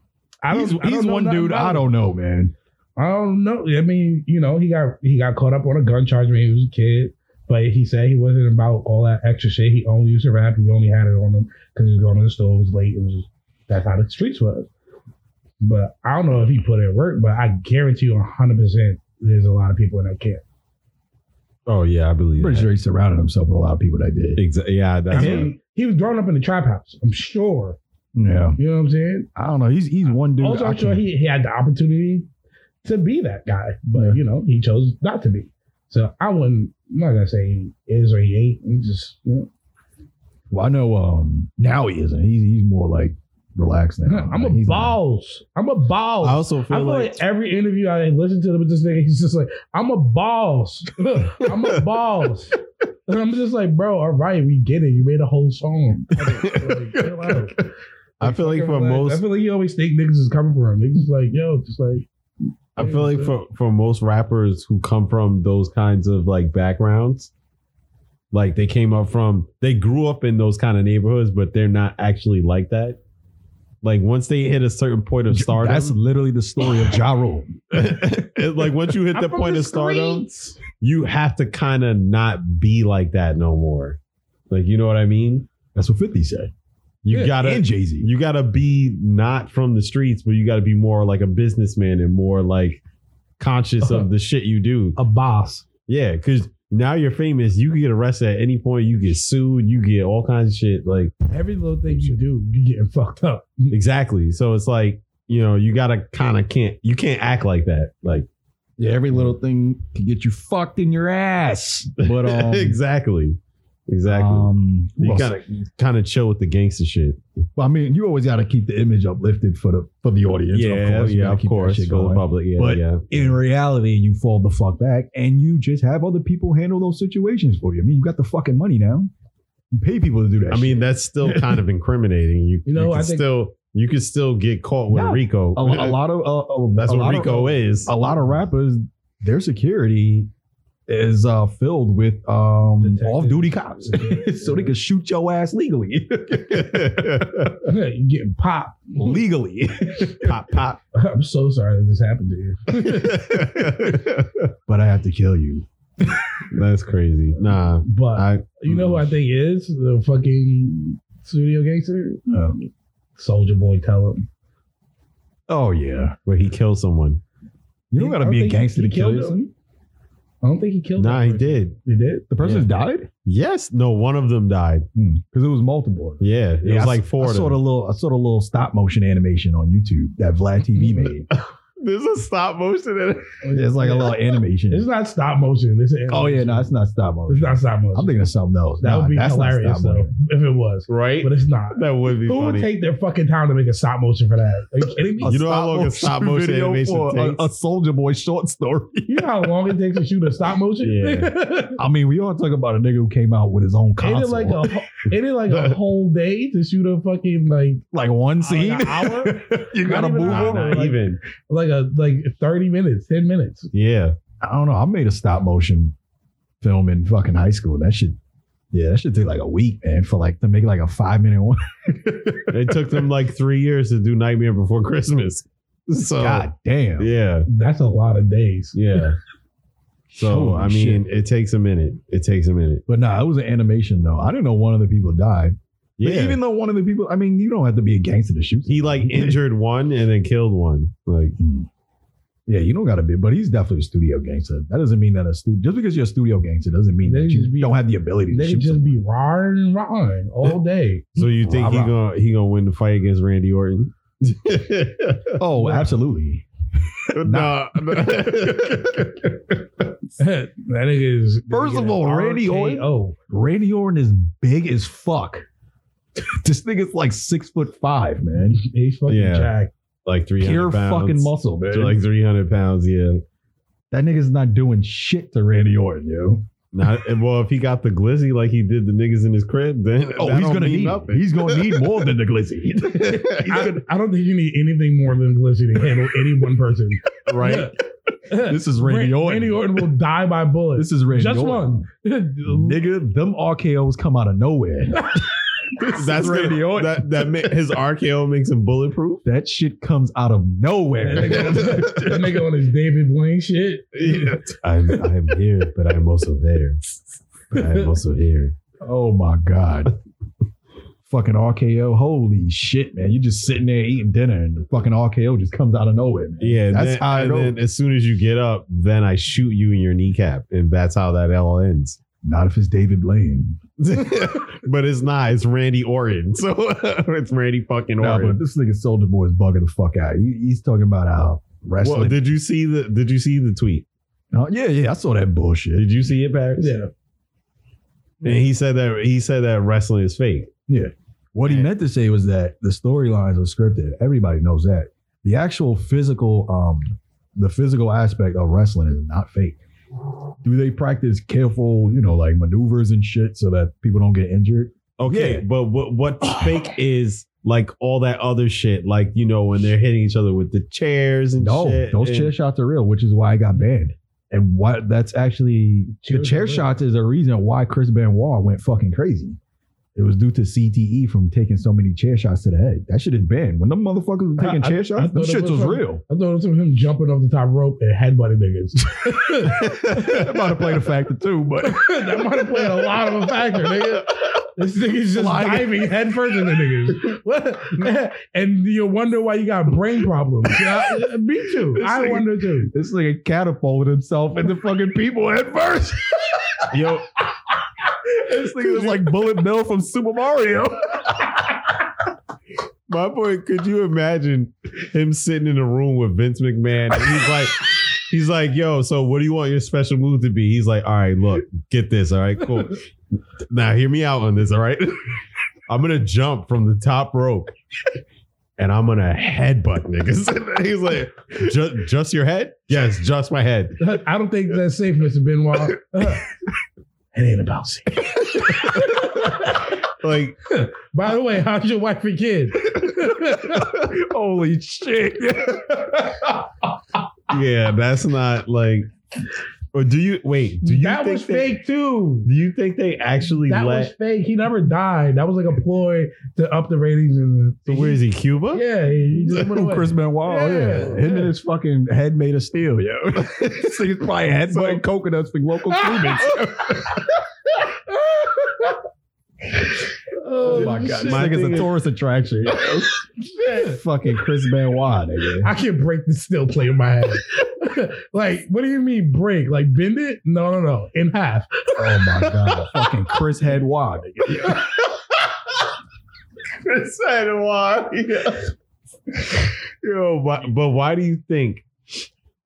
S2: I don't.
S3: he's
S2: I don't
S3: he's
S2: know
S3: one
S2: nothing
S3: dude
S2: about
S3: I
S2: him.
S3: don't know, man.
S2: I don't know. I mean, you know, he got he got caught up on a gun charge when he was a kid, but he said he wasn't about all that extra shit. He only used to rap. He only had it on him because he was going to the store. It was late. It was just, that's how the streets was. But I don't know if he put in work, but I guarantee you hundred percent there's a lot of people in that camp.
S1: Oh yeah, I believe.
S3: I'm pretty sure he surrounded himself with a lot of people that did.
S1: Exactly. Yeah, that's
S2: I
S1: what-
S2: mean, he was growing up in the trap house. I'm sure.
S3: Yeah,
S2: You know what I'm saying?
S3: I don't know. He's he's one dude.
S2: also,
S3: I
S2: I'm sure
S3: can't-
S2: he, he had the opportunity to be that guy, but
S3: Yeah.
S2: you know, he chose not to be. So I wouldn't, I'm not gonna say he is or he ain't. He just, you know,
S3: well, I know. Um, now he isn't. He's he's more like relaxed now.
S2: I'm a
S3: Like, he's not-
S2: balls. I'm a
S1: I
S2: balls.
S1: also
S2: I
S1: feel
S2: feel
S1: like,
S2: like every interview I listen to with this nigga, he's just like, I'm a balls. I'm a balls. And I'm just like, bro, all right, we get it. You made a whole song. Like, chill out.
S1: I feel like for
S2: Fucking relax. I
S1: most,
S2: feel like you always think niggas is coming for him. Niggas is like, yo, just like,
S1: I feel like for for most rappers who come from those kinds of like backgrounds, like they came up from, they grew up in those kind of neighborhoods, but they're not actually like that. Like once they hit a certain point of stardom,
S3: That's literally the story of Ja Rule.
S1: it's like once you hit
S4: I'm
S1: the
S4: from
S1: point
S4: the
S1: of stardom,
S4: streets.
S1: you have to kind of not be like that no more. Like you know what I mean?
S3: That's what 50 said.
S1: You
S2: Yeah,
S1: gotta
S3: and Jay Z.
S1: you gotta be not from the streets, but you gotta be more like a businessman and more like conscious
S2: Uh-huh.
S1: of the shit you do.
S2: A boss.
S1: Yeah, because now you're famous. You can get arrested at any point. You get sued. You get all kinds of shit. Like
S2: Every little thing you do, you getting fucked up.
S1: exactly. So it's like you know you gotta kind of can't you can't act like that. Like
S3: Yeah, every
S1: Mm.
S3: little thing can get you fucked in your ass. But um,
S1: exactly, exactly.
S3: um,
S1: you
S3: well,
S1: gotta kind of chill with the gangster shit.
S3: well, I mean, you always got to keep the image uplifted for the for the audience. You
S1: yeah,
S3: gotta
S1: of
S3: keep that
S1: course. uh,
S3: shit
S1: Go to
S3: going.
S1: public. Yeah,
S3: But-
S1: yeah.
S3: in reality, you fall the fuck back and you just have other people handle those situations for you. I mean, you got the fucking money now. You pay people to do that.
S1: I mean, that's still kind of incriminating. You,
S2: You
S1: you
S2: know,
S1: know,
S2: I
S1: can
S2: think-
S1: still you could still get caught with
S3: No.
S1: Rico.
S3: a, a lot of uh, a-
S1: that's
S3: a
S1: what
S3: lot of-
S1: Rico is.
S3: A lot of rappers, their security is uh, filled with um,
S2: Detectives.
S3: off-duty cops, so they can shoot your ass legally.
S2: Yeah, you getting popped.
S3: legally,
S1: pop pop.
S2: I'm so sorry that this happened to you.
S3: but I have to kill you.
S1: That's crazy. Nah,
S2: But
S1: I
S2: you know who I think is the fucking studio gangster?
S3: Oh.
S2: Soldier Boy, tell him.
S3: Oh yeah,
S1: where he killed someone.
S3: you don't
S2: He-
S3: got to
S2: I
S3: be a
S2: think
S3: gangster
S2: he
S3: to kill
S2: killed
S3: yourself.
S2: him. I don't think he killed.
S1: Nah,
S2: that
S1: he
S2: person.
S1: did.
S2: He did.
S3: The person died
S1: Yes. No, one of them died.
S3: because it was multiple.
S1: Yeah, it
S3: Yeah,
S1: was
S3: I-
S1: like four.
S3: I
S1: of
S3: saw
S1: them.
S3: the little, I saw the little stop motion animation on YouTube that Vlad TV made.
S1: There's a stop motion in it.
S3: it's like a little animation.
S2: Oh, It's not stop motion. It's
S3: oh yeah, no, it's not stop
S2: it's
S3: motion.
S2: not stop motion.
S3: I'm thinking of something else.
S2: that
S3: Nah,
S2: would be
S3: that's not
S2: hilarious
S3: stop
S2: though
S3: motion.
S2: if it was,
S1: Right?
S2: but it's not.
S1: That would be
S2: Who would
S1: funny.
S2: take their fucking time to make a stop motion for that? Are you kidding me?
S1: You know how long a stop motion
S3: video
S1: animation
S3: for a-
S1: takes?
S3: a, Soldier Boy short story.
S2: You know how long it takes to shoot a stop motion?
S1: Yeah.
S3: I mean, we all talk about a nigga who came out with his own
S2: Ain't
S3: console,
S2: it like
S3: like,
S2: a ho- ain't it like a whole day to shoot a fucking like
S3: one scene.
S2: like an hour?
S3: you
S2: Not
S3: gotta
S2: even
S3: move
S2: an hour.
S1: Nah,
S3: on.
S1: not
S2: Like-
S1: even.
S2: Like a like thirty minutes, ten minutes.
S1: Yeah.
S3: I don't know. I made a stop motion film in fucking high school. That should, yeah, that should take like a week, man, for like to make like a five minute one.
S1: It took them like three years to do Nightmare Before Christmas. So
S3: God damn.
S1: yeah,
S2: That's a lot of days.
S1: yeah. So
S3: Holy
S1: I mean,
S3: shit.
S1: it takes a minute. It takes a minute.
S3: but nah, it was an animation though. I didn't know one of the people died. But
S1: Yeah.
S3: even though one of the people, I mean, you don't have to be a gangster to shoot.
S1: he like injured one and then killed one. Like
S3: Mm. Yeah, you don't got to be, but he's definitely a studio gangster. That doesn't mean that a studio, just because you're a studio gangster doesn't mean
S2: They
S3: that
S2: just
S3: you
S2: be-
S3: don't have the ability to
S2: They
S3: shoot.
S2: just
S3: someone.
S2: be roaring and roaring all day.
S1: so, you think he
S3: Rah-rah.
S1: gonna he gonna win the fight against Randy Orton?
S3: oh, absolutely.
S1: nah.
S2: that nigga is
S3: First of all, Randy Orton-
S2: Oh,
S3: Randy Orton is big as fuck. this thing is like six foot five, man.
S2: he's fucking
S1: Yeah.
S2: jacked.
S1: like three
S3: Pure
S1: hundred pounds.
S3: fucking muscle, man.
S1: Like three hundred pounds. Yeah.
S3: that nigga's not doing shit to Randy Orton, yo.
S1: Not well. If he got the glizzy like he did the niggas in his crib, then
S3: Oh,
S1: that
S3: he's
S1: don't
S3: gonna
S1: mean
S3: need.
S1: nothing.
S3: He's gonna need more than the glizzy.
S2: I, I don't think you need anything more than Glizzy to handle any one person.
S1: right?
S3: this is Randy
S2: Ra-
S3: Orton.
S2: Randy Orton will die by bullets.
S3: This is Randy
S2: Just
S3: Orton.
S2: one.
S3: Nigga, them RKO's come out of nowhere.
S1: That's
S3: is Randy
S1: gonna,
S3: Orton.
S1: That that ma- his RKO makes him bulletproof.
S3: that shit comes out of nowhere.
S2: That nigga, that nigga on his David Blaine shit.
S1: I'm I'm here, but I'm also there. But I'm also here.
S3: oh my god. fucking RKO. Holy shit, man. You just sitting there eating dinner and the fucking RKO just comes out of nowhere, man.
S1: Yeah, and
S3: That's
S1: then,
S3: how I
S1: and
S3: roll.
S1: then as soon as you get up, then I shoot you in your kneecap, and that's how that all ends.
S3: Not if it's David Blaine.
S1: but it's not. It's Randy Orton. So it's Randy fucking
S3: Nah,
S1: Orton.
S3: but this nigga Soldier Boy is bugging the fuck out. He, he's talking about how
S1: Well,
S3: wrestling.
S1: did you see the Did you see the tweet?
S3: Oh, yeah, yeah, I saw that bullshit.
S1: Did you see it, Paris?
S2: Yeah.
S1: And he said that he said that wrestling is fake.
S3: What he meant to say was that the storylines are scripted. Everybody knows that. The actual physical, um, the physical aspect of wrestling is not fake. Do they practice careful, you know, like maneuvers and shit so that people don't get injured?
S1: Okay,
S3: Yeah.
S1: but what what's fake is like all that other shit, like you know when they're hitting each other with the chairs and
S3: No,
S1: shit.
S3: those
S1: and-
S3: chair shots are real, which is why I got banned. And why that's actually the
S2: Chairs
S3: chair
S2: are real.
S3: shots is a reason why Chris Benoit went fucking crazy. It was due to CTE from taking so many chair shots to the head. That shit is banned. When them motherfuckers were taking
S2: I-
S3: chair
S2: I
S3: shots, them
S2: thought it
S3: shits
S2: was
S3: was
S2: from-
S3: real.
S2: I thought it was him jumping off the top rope and headbutting niggas.
S3: that might have played a factor too, but
S2: that might have played a lot of a factor, nigga. This nigga's just
S3: Flying.
S2: diving headfirst into niggas. What? and you wonder why you got brain problems. Yeah, me too.
S3: This
S2: I
S3: nigga-
S2: wonder too.
S3: this nigga catapulted himself into fucking people head first.
S1: Yo,
S3: This nigga was like Bullet Bill from Super Mario.
S1: my point, could you imagine him sitting in a room with Vince McMahon? And he's like, he's like, yo, so what do you want your special move to be? He's like, all right, look, get this. All right, cool. Now hear me out on this. All right. I'm gonna jump from the top rope and I'm gonna headbutt niggas. he's like, just just your head? Yes, just my head.
S2: I don't think that's safe, Mr. Benoit. Uh, it ain't about safe.
S1: Like,
S2: By the way, how's your wife and kid?
S3: Holy shit.
S1: yeah, that's not like or do you wait, do you
S2: that
S1: think
S2: was
S1: they-
S2: fake too.
S1: Do you think they actually
S2: That
S1: let
S2: was fake. He never died. That was like a ploy to up the ratings and
S1: So where is he? Cuba?
S2: yeah, he just went away.
S3: Chris Benoit, oh, yeah. yeah.
S2: Yeah,
S3: Him
S2: yeah.
S3: and his fucking head made of steel, yo. this nigga's probably headbutting coconuts from local Cubans.
S2: Oh, shit.
S3: This
S1: My
S3: nigga's
S1: thing
S3: a
S1: is-
S3: tourist attraction. yo. fucking Chris Benoit, nigga.
S2: I can break the steel plate in my head. like, what do you mean break? Like bend it? No, no, no. In half.
S3: Oh my god. fucking Chris Headwad, nigga.
S1: Chris Benoit. Yeah. Yo, why, but why do you think?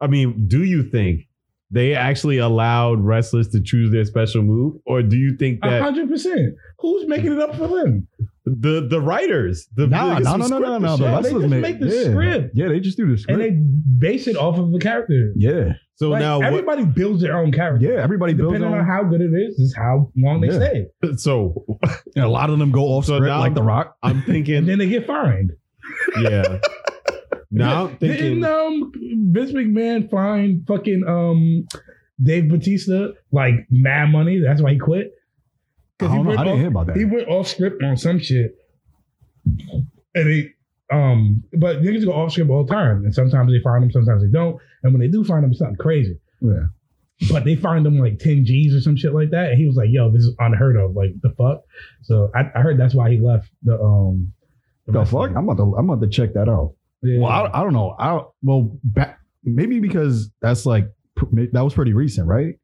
S1: I mean, do you think they actually allowed wrestlers to choose their special move, or do you think
S2: A
S1: that
S2: hundred percent. Who's making it up for them?
S1: the the writers, the
S3: Nah,
S1: niggas
S3: no,
S1: who
S3: no, no,
S1: script the
S3: no, no.
S1: shit,
S3: The
S2: they
S3: wrestlers
S2: just make the
S3: yeah.
S2: script.
S3: Yeah, they just do the
S2: And
S3: script.
S2: they base it off of a character.
S3: yeah.
S1: so
S2: Like,
S1: now, what,
S2: everybody builds their own character.
S3: Yeah, everybody builds
S2: Depending
S3: on,
S2: on how good it is, is how long they
S3: Yeah.
S2: stay.
S1: so
S3: and a lot of them go off
S1: So
S3: script
S1: now-
S3: like The Rock.
S1: I'm
S2: And
S1: thinking,
S2: then they get fined.
S1: yeah. Now I'm thinking,
S2: Didn't um Vince McMahon find fucking um Dave Batista like mad money? That's why he quit.
S3: I,
S2: he
S3: don't know.
S2: went
S3: I didn't
S2: off-
S3: hear about
S2: he
S3: that.
S2: went off script on some shit, and he um but niggas go off script all the time, and sometimes they find them, sometimes they don't, and when they do find them, it's something crazy.
S3: Yeah.
S2: But they find them like ten G's or some shit like that, and he was like, "Yo, this is unheard of. Like the fuck." So I, I heard that's why he left the um
S3: The fuck? I'm about to I'm about to check that out.
S2: Yeah.
S3: Well, I, I don't know. I don't- well back, maybe because that's like pr- ma- that was pretty recent, right?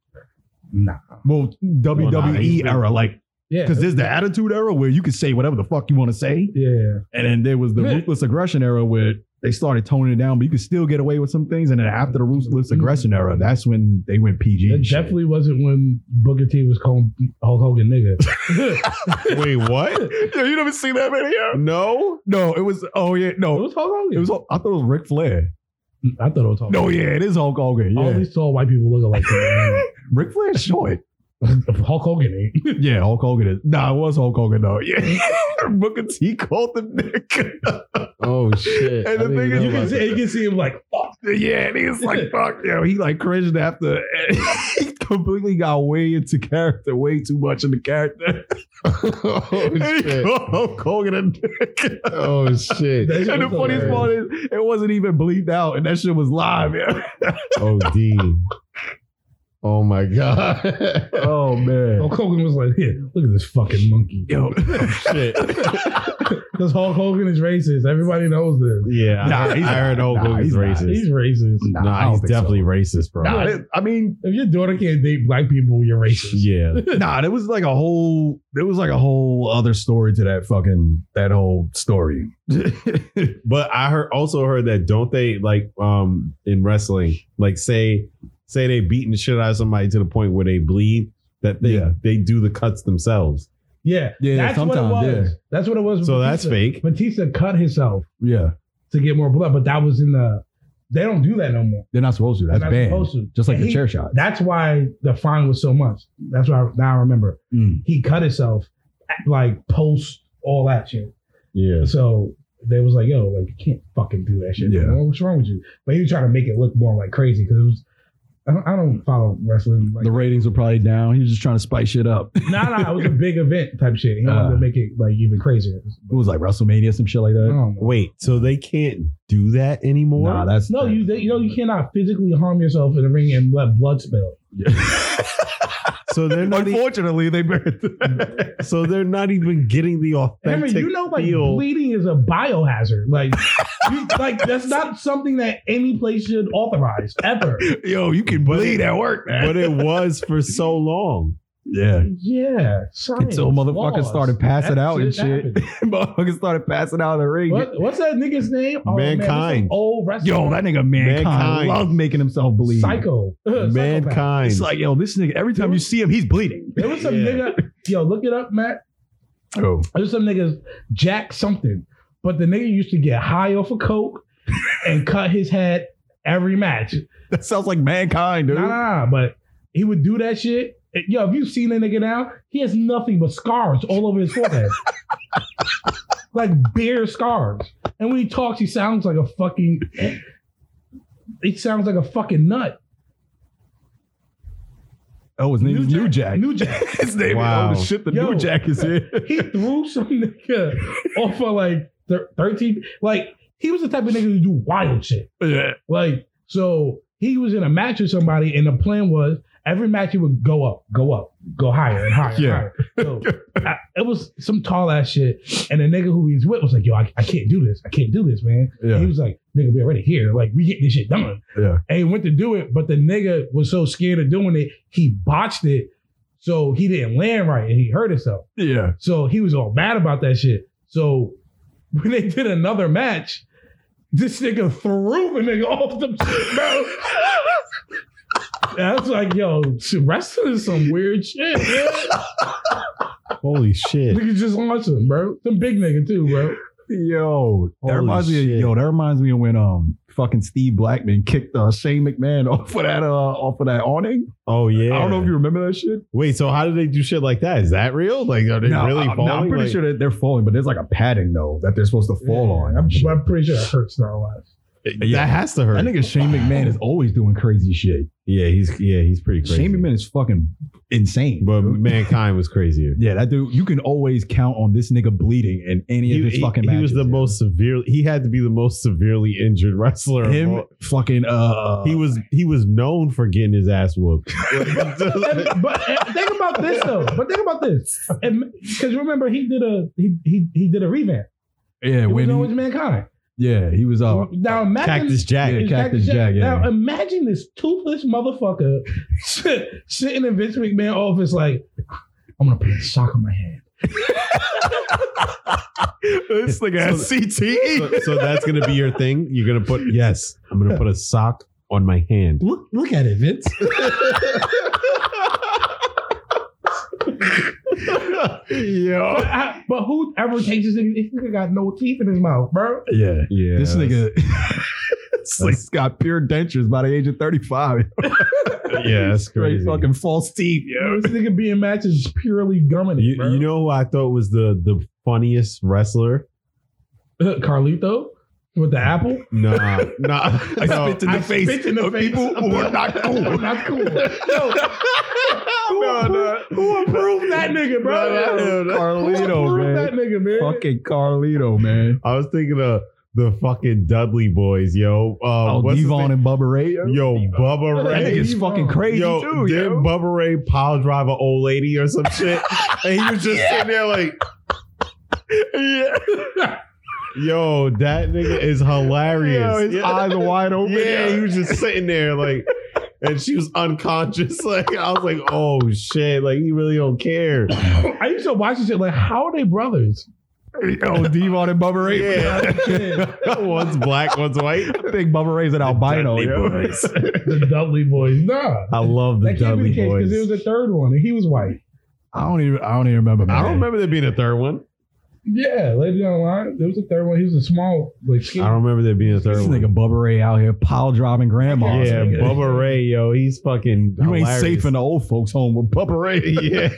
S2: nah.
S3: Well, WWE
S1: he's been-
S3: era, like
S2: Yeah.
S3: because there's the Attitude era where you could say whatever the fuck you want to say,
S2: yeah.
S3: and then there was the
S2: Yeah.
S3: Ruthless Aggression era where they started toning it down, but you could still get away with some things. And then after the Ruthless
S2: Mm.
S3: Aggression era, that's when they went PG.
S2: Mm-hmm. It
S3: and shit.
S2: definitely wasn't when Booker T was calling Hulk Hogan nigga.
S1: wait, what?
S3: Yo, you never seen that video?
S1: No,
S3: No, it was. Oh yeah, no,
S2: was Hulk Hogan.
S3: it was. I thought it was Ric Flair.
S2: I thought it was Hulk.
S3: No, yeah, it is Hulk Hogan.
S2: All
S3: Yeah,
S2: these tall white people look alike. to
S3: Ric Flair's short.
S2: me. Hulk Hogan eh? ain't.
S3: Yeah, Hulk Hogan is. Nah, it was Hulk Hogan though. Yeah, Booker T called the nigga.
S1: oh shit!
S3: And the
S1: I didn't
S3: thing is,
S1: know
S3: you can
S1: about
S3: see-
S1: that.
S2: you can see him like, fuck.
S3: yeah, and he was like, "Fuck, yo." He like cringed after. he completely got way into character, way too much into character.
S1: oh
S3: and he
S1: shit!
S3: called Hulk Hogan a nigga.
S1: Oh shit!
S2: That shit
S3: and the
S2: was
S3: funniest
S2: hilarious.
S3: part is, it wasn't even bleeped out, and that shit was live. Yeah.
S1: OD. Oh my god.
S3: oh man.
S2: Hulk Hogan was like, here, look at this fucking monkey.
S3: Yo,
S1: Shit.
S2: Because Hulk Hogan is racist. Everybody knows this.
S1: Yeah.
S3: Nah,
S1: I,
S3: he's
S1: I heard
S3: not.
S1: Hulk
S3: Nah,
S1: Hogan's
S3: he's not.
S1: racist.
S2: He's racist.
S3: Nah, I
S1: nah,
S3: don't
S1: he's
S3: think so.
S1: definitely racist, bro.
S3: nah, it- I mean,
S2: If your daughter can't date black people, you're racist.
S1: Yeah.
S3: nah, there was like a whole there was like a whole other story to that fucking that whole story.
S1: But I heard also heard that don't they like um in wrestling, like say say they beating the shit out of somebody to the point where they bleed, that they
S3: Yeah.
S1: they do the cuts themselves.
S2: Yeah.
S3: Yeah,
S2: that's what it
S3: sometimes,
S2: was.
S3: yeah.
S2: That's what it was. with
S1: So that's
S2: Batista.
S1: fake.
S2: Batista cut himself
S3: Yeah.
S2: to get more blood, but that was in the. They don't do that no more.
S3: They're not supposed to.
S2: They're
S3: That's
S2: not
S3: bad.
S2: supposed to.
S3: Just like
S2: And
S3: the
S2: he-
S3: chair shot.
S2: That's why the fine was so much. That's why now I remember
S3: Mm.
S2: he cut himself like post all that shit.
S1: Yeah.
S2: So they was like, "Yo, like you can't fucking do that shit.
S3: Yeah.
S2: What's wrong with you?" But he was trying to make it look more like crazy because it was. I don't, I don't follow wrestling. Like,
S3: the ratings were probably down. He was just trying to spice shit up. It
S2: nah, nah, it was a big event type shit. He wanted
S3: Uh.
S2: to make it like even crazier.
S3: was like WrestleMania, some shit like
S2: I
S3: that.
S2: don't know.
S1: Wait, so they can't do that anymore?
S3: Nah, that's
S2: No, you you know you cannot physically harm yourself in the ring and let blood spill.
S1: so they're not. e-
S3: Unfortunately, they buried.
S1: so they're not even getting the
S2: Henry,
S1: authentic
S2: you know like
S1: feel.
S2: bleeding is a biohazard. Like, you, like that's not something that any place should authorize ever.
S3: Yo, you can
S1: But-
S3: bleed at work, man.
S1: but it was for so long.
S3: yeah,
S2: Yeah, science,
S3: Until motherfuckers
S2: laws.
S3: started passing
S2: That
S3: out and shit.
S2: happened.
S3: motherfuckers started passing out of the ring.
S2: What, what's that nigga's name? Oh, man, this is
S1: Mankind.
S2: old wrestler.
S3: Yo, that nigga mankind,
S1: Mankind.
S3: loved making himself bleed.
S2: psycho. Psychopath.
S1: Mankind.
S3: It's like, yo, this nigga. Every time you see him, he's bleeding.
S2: There was some
S1: Yeah.
S2: nigga. Yo, look it up, Matt.
S3: Oh,
S2: There's some niggas Jack something, but the nigga used to get high off of coke and cut his head every match.
S3: that sounds like mankind,
S2: Nah,
S3: dude.
S2: nah, nah, but he would do that shit. Eh, Yo, if you seen that nigga now, he has nothing but scars all over his forehead. like bare scars. And when he talks, he sounds like a fucking he sounds like a fucking nut.
S3: Oh, his name is New Jack.
S2: New Jack.
S3: His name
S1: Wow.
S3: is oh, the shit. The
S2: Yo.
S3: New Jack is here.
S2: he threw some nigga off of like thir- 13. Like, he was the type of nigga to do wild shit.
S3: yeah.
S2: Like, so he was in a match with somebody, and the plan was every match he would go up, go up, go higher and higher.
S3: Yeah.
S2: And higher. So I, it was some tall ass shit. And the nigga who he's with was like, yo, I, I can't do this. I can't do this, man. And he
S3: Yeah.
S2: was like, nigga, we already here. Like, we get this shit done.
S3: Yeah.
S2: And he went to do it, but the nigga was so scared of doing it, he botched it. So he didn't land right and he hurt himself.
S3: Yeah.
S2: So he was all mad about that shit. So when they did another match, this nigga threw the nigga off the bro. And I was like, yo, shit, wrestling is some weird shit, man.
S1: Holy shit.
S2: Nigga just launched him, bro. Some big nigga too, bro.
S3: Yo, that
S1: Holy
S3: reminds me.
S1: shit.
S3: Of, yo, that reminds me of when um fucking Steve Blackman kicked uh, Shane McMahon off of that uh off of that awning.
S1: Oh yeah.
S3: I don't know if you remember that shit.
S1: Wait, so how do they do shit like that? Is that real? Like are they
S3: No,
S1: really
S3: I- no,
S1: falling?
S3: I'm pretty
S1: Like-
S3: sure that they're falling, but there's like a padding though that they're supposed to fall on.
S2: I'm,
S3: and shit.
S2: I'm pretty sure it hurts not alive.
S3: Yeah.
S1: that has to hurt.
S3: That nigga Shane McMahon is always doing crazy shit.
S1: yeah, he's yeah, he's pretty crazy.
S3: Shane McMahon is fucking insane.
S1: but
S3: dude.
S1: mankind was crazier.
S3: yeah, that dude. You can always count on this nigga bleeding in any of
S1: He,
S3: his
S1: he-
S3: fucking
S1: he
S3: matches.
S1: was the
S3: dude.
S1: most severely he had to be the most severely injured wrestler. of
S3: him
S1: all-
S3: fucking uh
S1: he was he was known for getting his ass whooped.
S2: And- but and think about this though. But think about this. Because remember, he did a he he, he did a revamp.
S3: yeah
S2: It was
S3: when
S2: always
S3: he,
S2: mankind.
S3: yeah he was uh
S2: now imagine
S1: Cactus Jack.
S3: Yeah,
S2: Is
S3: Cactus
S2: Jack-
S3: Jack, yeah.
S2: Now imagine this toothless motherfucker sit- sitting in Vince McMahon office like, I'm gonna put a sock on my hand.
S3: this nigga
S1: has
S3: CTE.
S1: So, so that's gonna be your thing. You're gonna put yes. I'm gonna put a sock on my hand.
S2: Look, look at it, Vince.
S3: Yo.
S2: but, I, but whoever takes this nigga, this nigga got no teeth in his mouth, bro.
S3: Yeah.
S1: Yeah,
S3: This nigga this nigga's got pure dentures by the age of 35.
S1: Yeah, that's
S3: Straight
S1: crazy.
S3: fucking false teeth, yo.
S2: This nigga being matched is purely gumming it,
S1: You,
S2: bro.
S1: you know who I thought was the the funniest wrestler?
S2: Carlito with the apple.
S1: Nah, nah.
S3: I
S1: no.
S3: spit in the
S2: I
S3: face
S2: spit in the
S3: of
S2: face
S3: people who are not cool.
S2: Not cool. Yo, who, approved, who approved that nigga, bro?
S3: No, no, no.
S2: who
S3: Carlito,
S2: approved
S3: man.
S2: that nigga, man?
S3: Fucking Carlito, man.
S1: I was thinking of the fucking Dudley boys, yo. Uh,
S3: Oh,
S1: what's his
S3: Devon
S1: name?
S3: and Bubba Ray. Yo,
S1: yo, Bubba
S3: that
S1: Ray.
S3: nigga's
S2: Devon.
S3: fucking crazy
S1: Yo,
S3: too,
S1: did
S3: yo.
S1: Bubba Ray pile drive an old lady or some shit? and he was just sitting there like,
S3: yeah.
S1: yo, that nigga is hilarious.
S3: Yo, his
S1: yeah.
S3: eyes are wide open.
S1: Yeah, he was just sitting there like, and she was unconscious. Like I was like, oh shit, like he really don't care.
S2: I used to watch this shit like, how are they brothers?
S3: Yo, Devon and Bubba Ray.
S1: Yeah. one's black, one's white.
S3: I think Bubba Ray's an albino.
S1: Dudley
S3: yo.
S1: boys.
S2: The Dudley boys. Nah.
S1: I love the
S2: That can't
S1: Dudley
S2: be the case because
S1: boys.
S2: it was the third one and he was white.
S3: I don't even. I don't even remember. Man.
S1: I don't remember there being a third one.
S2: Yeah, Lady on the Line. There was a third one. He was a small, like,
S1: I
S2: skinny.
S1: don't remember there being a third
S3: This
S1: one.
S3: nigga Bubba Ray out here pile driving grandmas.
S1: yeah,
S3: nigga.
S1: Bubba Ray, yo, he's fucking.
S3: You ain't
S1: hilarious.
S3: safe in the old folks' home with Bubba Ray.
S1: yeah,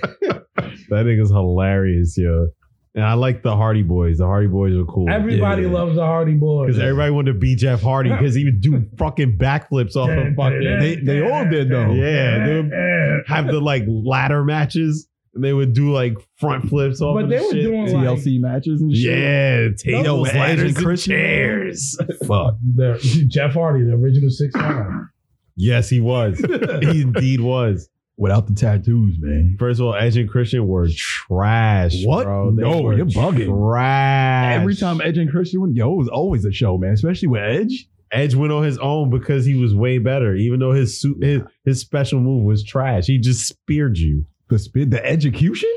S1: that nigga's hilarious, yo. And I like the Hardy Boys. The Hardy Boys were cool.
S2: Everybody
S1: Yeah.
S2: loves the Hardy Boys.
S1: Because everybody wanted to be Jeff Hardy because he would do fucking backflips off of fucking.
S3: They- they all did, though.
S1: Yeah, they would
S2: Yeah.
S1: have the like ladder matches and they would do like front flips off.
S2: But
S1: of
S2: they
S1: the
S2: were
S1: shit.
S2: doing like
S3: TLC matches and shit.
S1: Yeah, tables,
S3: Edge and
S1: ladders, and
S3: Christian.
S1: chairs. Fuck.
S2: the, Jeff Hardy, the original six nine.
S1: Yes, he was. he indeed was.
S3: Without the tattoos, man.
S1: First of all, Edge and Christian were trash.
S3: What?
S1: Bro. They
S3: No,
S1: were
S3: you're bugging.
S1: Trash.
S3: Every time Edge and Christian went, yo, it was always a show, man. Especially with Edge.
S1: Edge went on his own because he was way better, even though his suit, his, his special move was trash. He just speared you.
S3: The spin, the execution?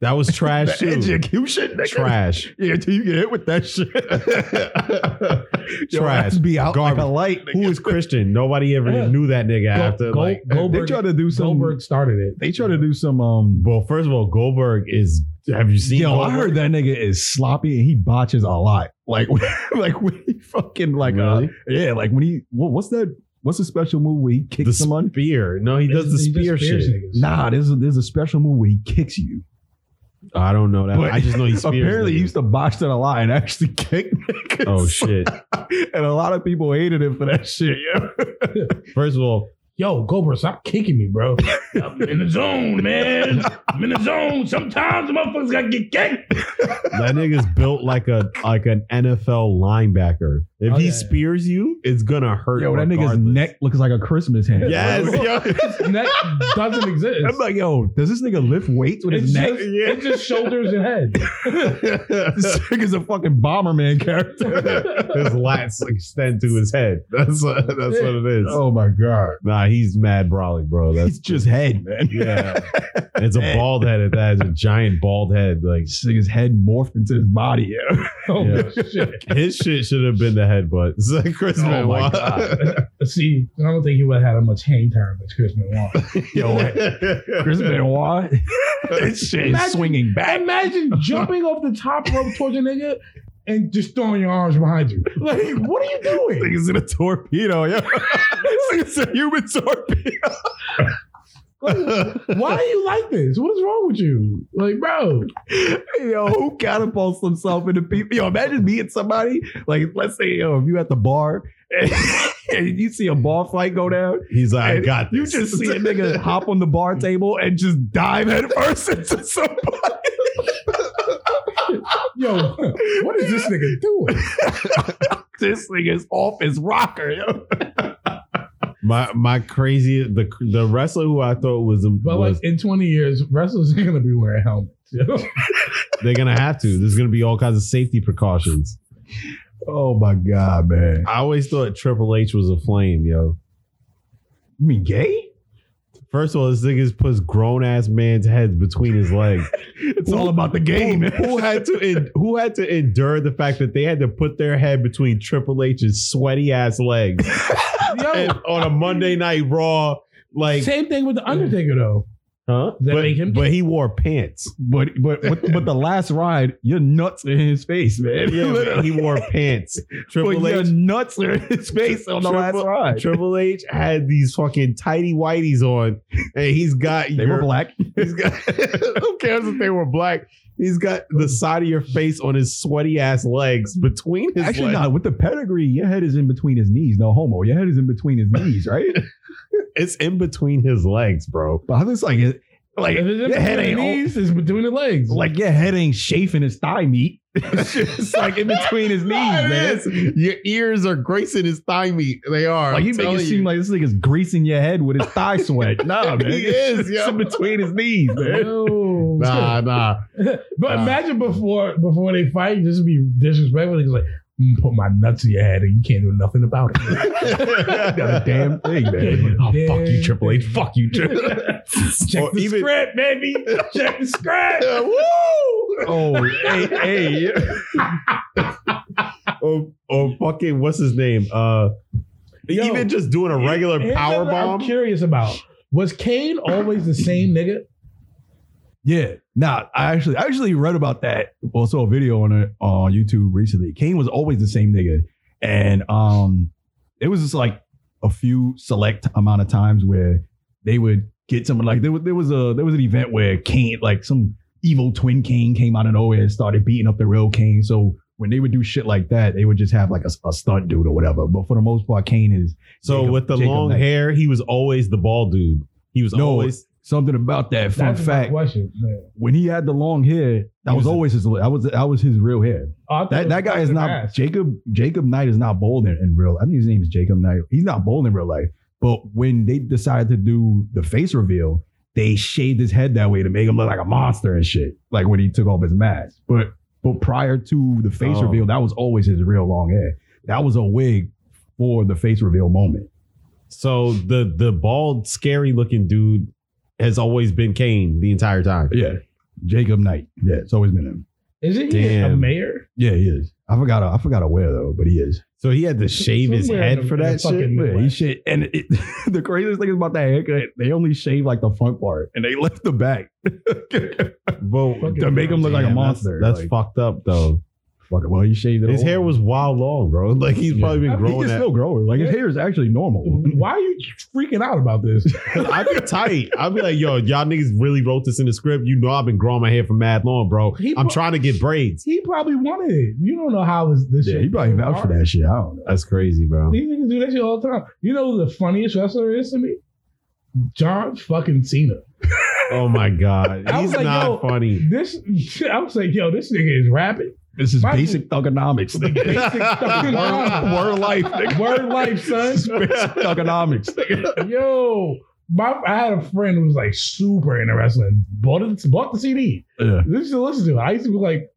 S1: That was trash
S3: the
S1: too.
S3: execution? nigga.
S1: Trash.
S3: Yeah, until you get hit with that shit. Yo,
S1: Trash.
S3: that's Be out
S1: Garbage.
S3: like a light.
S1: Who is Christian? Nobody ever
S2: Yeah.
S1: knew that nigga
S2: Go-
S1: after
S2: Go-
S1: like.
S2: Goldberg,
S3: They try to do some.
S2: Goldberg started it.
S3: They try to do some. Um,
S1: Well, first of all, Goldberg is. Have you seen?
S3: yo, I
S1: Goldberg?
S3: heard that nigga is sloppy and he botches a lot. Like, like when he fucking like, uh,
S1: Really?
S3: yeah, like when he what, what's that? What's a special move where he
S1: the
S3: kicks someone?
S1: spear. No, he does the
S2: He just
S1: spear
S2: spears
S1: shit.
S2: niggas.
S3: Nah, there's a, there's a special move where he kicks you.
S1: I don't know that.
S3: But
S1: I just know he spears.
S3: Apparently, he
S1: niggas.
S3: used to botch that a lot and actually kick niggas.
S1: Oh shit!
S3: and a lot of people hated him for that shit. Yo.
S1: First of all,
S2: Yo, Goldberg, stop kicking me, bro. I'm in the zone, man. I'm in the zone. Sometimes motherfuckers gotta get kicked.
S1: that nigga's built like a like an NFL linebacker. If
S2: Oh,
S1: he
S2: yeah, yeah.
S1: spears you, it's gonna hurt.
S3: Yo, that nigga's
S1: regardless.
S3: neck looks like a Christmas hand.
S1: Yes, yo.
S2: That doesn't exist.
S3: I'm like, yo, does this nigga lift weights with
S2: It's
S3: his neck?
S2: just, it's just shoulders and head.
S3: this nigga's a fucking Bomberman character.
S1: his lats extend to his head. That's what, that's what it is.
S3: oh my god,
S1: Nah, he's mad brolic, bro. Oh, That's
S3: it's just head, man.
S1: yeah. It's a bald head. It has a giant bald head. Like
S3: This nigga's head morphed into his body. Yo.
S2: Oh
S1: Yeah.
S2: shit.
S1: his shit should have been the headbutt. It's like Chris
S3: Oh, my
S1: Benoit.
S3: God.
S2: See, I don't think he would have had as much hang time as Chris Benoit.
S1: Yo,
S3: Chris Benoit, this shit
S2: Imagine-
S3: is swinging back.
S2: Imagine jumping off the top rope towards a nigga and just throwing your arms behind you. Like, what are you
S3: This
S2: doing?
S3: nigga's in a torpedo. Yo. This nigga's a human torpedo.
S2: Why are you like this? What is wrong with you? Like, bro.
S3: Yo, who catapults himself into people? Yo, imagine being somebody like, let's say, yo, if you at the bar and, and you see a bar fight go down,
S1: He's like, I
S3: And
S1: got
S3: You
S1: this.
S3: just see a nigga hop on the bar table and just dive headfirst into somebody.
S2: Yo, what is this nigga doing?
S3: this nigga's off his rocker. Yo.
S1: my my crazy the the wrestler who I thought was,
S2: But
S1: was
S2: like in 20 years, wrestlers ain't gonna be wearing helmets. you know?
S1: they're gonna have to. There's gonna be all kinds of safety precautions.
S3: Oh my god, man.
S1: I always thought Triple H was a flame, yo.
S3: You mean gay?
S1: First of all, this nigga's puts grown ass man's heads between his legs.
S3: It's all about the game.
S1: Who, who had to en- who had to endure the fact that they had to put their head between Triple H's sweaty ass legs
S2: Yo,
S1: and on a Monday night Raw? Like,
S2: same thing with the Undertaker though.
S1: huh?
S2: That
S1: But,
S2: make him-
S1: but he wore pants.
S3: But but but, but the last ride, your nuts are in his face, man.
S1: Yeah,
S3: Literally.
S1: he wore pants.
S3: But
S1: Triple
S3: your
S1: H
S3: nuts are in his face on the last
S1: Triple-
S3: ride.
S1: Triple H had these fucking tidy whiteys on, and he's got
S3: they
S1: your-
S3: were black.
S1: He's got who cares if they were black? He's got the side of your face on his sweaty ass legs between his
S3: Actually,
S1: legs.
S3: not with the pedigree. Your head is in between his knees. No homo. Your head is in between his knees, right?
S1: It's in between his legs, bro.
S3: but I was like, it- like
S2: If it's in
S3: your head
S2: between
S3: ain't
S2: the
S3: on-
S2: knees, it's between the legs.
S3: like your head ain't chafing his thigh meat. It's just like in between his knees, man.
S1: Your ears are gracing his thigh meat. They are.
S3: Like
S1: I'm
S3: you make
S1: telling
S3: it seem like this nigga's greasing your head with his thigh sweat. nah, man.
S1: He is,
S3: It's
S1: yo.
S3: in between his knees, man.
S2: Yo.
S1: nah, nah.
S2: But
S1: Nah.
S2: imagine before before they fight, just be disrespectful. He's like, "I'm gonna put my nuts in your head, and you can't do nothing about it.
S3: Got a damn thing, man.
S1: Oh, fuck you, Triple H.
S2: Damn.
S1: Fuck you, Triple
S2: Check
S1: Or
S2: the
S1: even-
S2: script, baby. Check the script."
S1: Woo!
S3: Oh, hey, hey.
S1: Or, or fucking what's his name? Uh,
S2: Yo,
S1: even just doing a regular
S2: here's
S1: power
S2: something
S1: bomb.
S2: I'm curious about was Kane always the same nigga?
S3: Yeah. Nah, I actually I actually read about that. Well, saw a video on it on YouTube recently. Kane was always the same nigga. And um it was just like a few select amount of times where they would get someone like there was there was a there was an event where Kane like some evil twin king came out of nowhere and started beating up the real king. So when they would do shit like that, they would just have like a, a stunt dude or whatever. But for the most part, Kane is
S1: So
S3: Jacob-
S1: with the
S3: Jacob
S1: long
S3: Knight.
S1: hair, he was always the bald dude. He was
S3: No.
S1: always
S3: something about that. Fun
S2: That's my
S3: fact:
S2: question. Yeah.
S3: when he had the long hair, that
S1: He
S3: was,
S1: was a-
S3: always his. That was that was his real hair.
S2: Oh, I thought it
S3: That
S2: was
S3: that guy is
S2: the
S3: not
S2: mask.
S3: Jacob. Jacob Knight is not bold in, in real. I think his name is Jacob Knight. He's not bold in real life. But when they decided to do the face reveal, they shaved his head that way to make him look like a monster and shit. Like when he took off his mask. But but prior to the face
S1: Oh.
S3: reveal, that was always his real long hair. That was a wig for the face reveal moment.
S1: so the the bald, scary looking dude has always been Kane the entire time.
S3: Yeah, Jacob Knight. Yeah, it's always been him.
S2: Isn't he a
S1: Damn.
S2: mayor?
S3: Yeah, he is. I forgot. I forgot where though, but he is.
S1: So he had to shave his
S2: Somewhere in
S1: head
S2: the-
S1: for
S2: in the
S1: that shit.
S2: fucking-
S3: Yeah,
S2: Midwest.
S3: he shit. And it, the craziest thing is about that haircut, they only shaved like the front part and they left the back. Fuck
S1: Bro,
S2: Fucking
S1: to make him look like a
S3: Damn, that's-
S1: monster.
S3: that's
S1: fucked up though.
S3: it. Well, he shaved it.
S1: His
S3: all.
S1: hair was wild long, bro. Like he's
S3: Yeah.
S1: probably
S3: I
S1: been
S3: mean,
S1: growing
S3: He can
S1: that.
S3: still grow it. Like his hair is actually normal.
S2: Why are you freaking out about this?
S1: I'd be tight. I'd be like, yo, y'all niggas really wrote this in the script. You know I've been growing my hair for mad long, bro.
S2: He
S1: I'm
S2: pro-
S1: trying to get braids.
S2: he probably wanted it. You don't know how is this
S3: Yeah,
S2: shit.
S3: he probably vouched for that shit. I don't know.
S1: That's crazy, bro.
S2: These niggas do that shit all the time. You know who the funniest wrestler is to me? John fucking Cena.
S1: Oh my god,
S2: I was
S1: he's
S2: like,
S1: not
S2: yo,
S1: funny.
S2: This I was like, yo, this nigga is rapping.
S3: This is
S2: My-
S3: basic thugonomics. nigga.
S2: Basic fucking
S3: word, word life. Nigga.
S2: Word life, son.
S3: This is basic thugonomics. nigga.
S2: Yo, my I had a friend who was like super into wrestling. Bought it, bought the CD.
S3: Yeah.
S2: This is to listen to. it. I used to be like,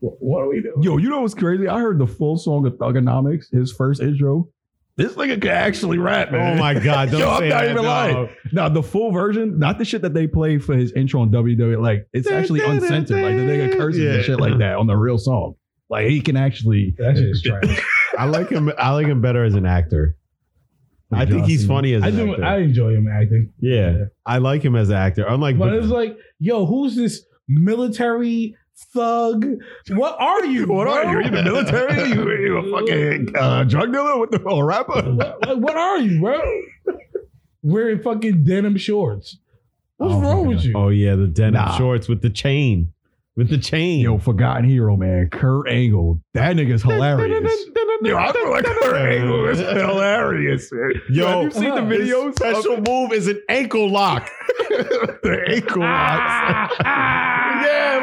S2: "Wha- what are we doing?
S3: Yo, you know what's crazy? I heard the full song of thugonomics, his first intro. This nigga can actually rap, man.
S1: Oh my god, don't
S3: Yo, I'm
S1: say
S3: not
S1: that,
S3: even
S1: dog.
S3: lying. Now the full version, not the shit that they play for his intro on WWE. Like it's actually uncensored. Like the nigga curses
S1: Yeah.
S3: and shit like that on the real song. Like he can actually.
S2: That shit is trash.
S1: I like him. I like him better as an actor. I think he's funny as
S2: I
S1: an
S2: do.
S1: actor.
S2: I enjoy him acting,
S1: yeah, I like him as an actor. Unlike
S2: but it's like, yo, who's this military thug? What are you?
S3: What are you?
S2: bro?
S3: You in the military? You, you a fucking uh, drug dealer? What the or rapper?
S2: what, like, what are you, bro? Wearing fucking denim shorts. What's
S3: Oh, my
S2: wrong with
S3: God.
S2: you?
S1: oh yeah, the denim
S3: Nah.
S1: shorts with the chain, with the chain.
S3: Yo, forgotten hero, man. Kurt Angle. That nigga's hilarious. Yo, I feel like Kurt Angle is hilarious. Man.
S1: Yo,
S3: have you seen the
S2: uh,
S3: video?
S1: His special move is an ankle lock.
S3: the ankle locks. ah,
S2: yeah,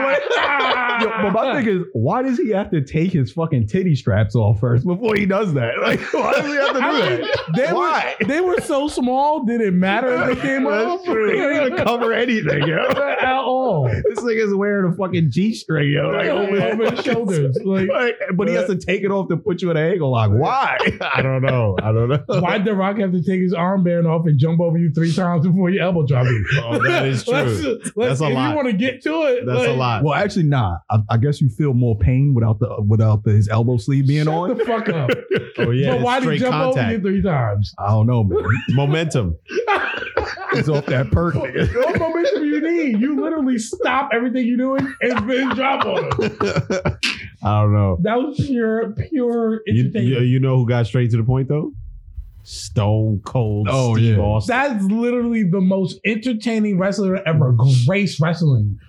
S3: Yo, but my thing is, why does he have to take his fucking titty straps off first before he does that? Like, why does he have to
S2: I
S3: do
S2: mean,
S3: that?
S2: they
S3: why?
S2: were they were so small, did it matter if they came
S3: That's
S2: off?
S3: true. He didn't even cover anything, yo.
S2: At all.
S3: This nigga's wearing a fucking G string, yo. Like,
S2: Over
S3: over-
S2: his shoulders. Like
S3: Like, but he has to take it off to put you in an angle lock. Why?
S1: I don't know. I don't know.
S2: why'd the rock have to take his armband off and jump over you three times before your elbow drop you?
S1: Oh, that is true.
S2: Let's- let's-
S1: That's a
S2: if
S1: lot.
S2: you want to get to it,
S1: That's a
S2: like,
S1: lot.
S3: Well, actually, nah. I, I guess you feel more pain without the without the, his elbow sleeve being
S2: shut
S3: on.
S2: the fuck up.
S1: oh yeah,
S2: but why did he
S1: straight
S2: jump over you
S1: contact,
S2: three times?
S3: I don't know, man.
S1: momentum.
S3: It's off that perk. nigga.
S2: what momentum you need? You literally stop everything you're doing and then drop on him.
S1: I don't know.
S2: That was pure, pure
S1: You,
S2: entertainment.
S1: you, you know who got straight to the point though? Stone Cold
S3: Oh,
S1: Steve
S3: yeah.
S1: Austin.
S2: That's literally the most entertaining wrestler to ever. Grace wrestling.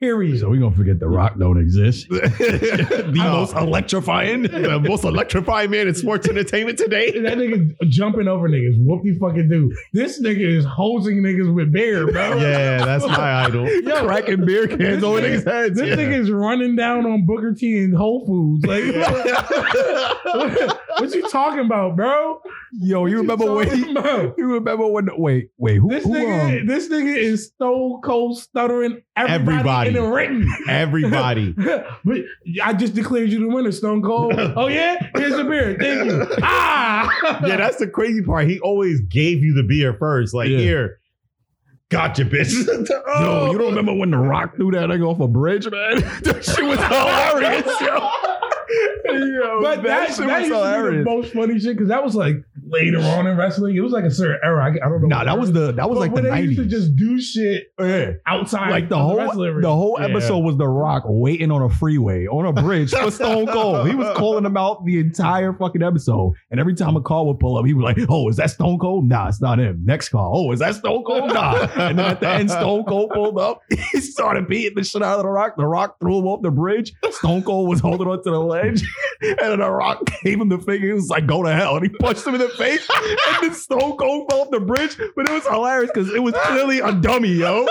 S2: Period.
S3: So we gonna forget the Rock don't exist.
S1: the
S3: most
S1: electrifying, the most electrifying man in sports entertainment today.
S2: that nigga jumping over niggas. Whoopie fucking do. This nigga is hosing niggas with beer, bro.
S1: Yeah, that's my idol.
S2: Yo,
S3: Cracking beer cans
S2: This
S3: over
S2: nigga-
S3: niggas' heads.
S2: This
S3: yeah.
S2: nigga is running down on Booker T and Whole Foods. Like, what, what you talking about, bro?
S3: Yo, you remember when
S2: talking
S3: he,
S2: about?
S3: you remember when wait, wait, who,
S2: This
S3: who,
S2: nigga,
S3: um,
S2: this nigga is stone cold stuttering everybody,
S1: Everybody.
S2: in the ring.
S1: Everybody.
S2: but I just declared you the winner, Stone Cold. oh yeah, here's your beer. Thank you. Ah,
S1: Yeah, that's the crazy part. He always gave you the beer first. Like,
S3: Yeah.
S1: here, gotcha, bitch.
S3: Yo, you don't remember when The Rock threw that nigga off a bridge, man? that shit was hilarious, yo. yo
S2: but that, that, used to be the most funny shit because that was like later on in wrestling. It was like a certain era. I, I don't know.
S3: Nah, that was the that was
S2: But
S3: like the
S2: when they used to
S3: nineties.
S2: just do shit
S3: Yeah.
S2: outside,
S3: Like the
S2: of
S3: whole
S2: wrestling ring.
S3: the whole
S2: Yeah.
S3: episode was The Rock waiting on a freeway on a bridge for Stone Cold. He was calling him out the entire fucking episode, and every time a car would pull up, he was like, "Oh, is that Stone Cold? Nah, it's not him. Next car. Oh, is that Stone Cold? Nah." And then at the end, Stone Cold pulled up. He started beating the shit out of The Rock. The Rock threw him off the bridge. Stone Cold was holding onto the ledge, and then The Rock gave him the finger. He was like, "Go to hell!" And he punched him in the face. And then Stone Cold fell off the bridge. But it was hilarious because it was clearly a dummy, yo.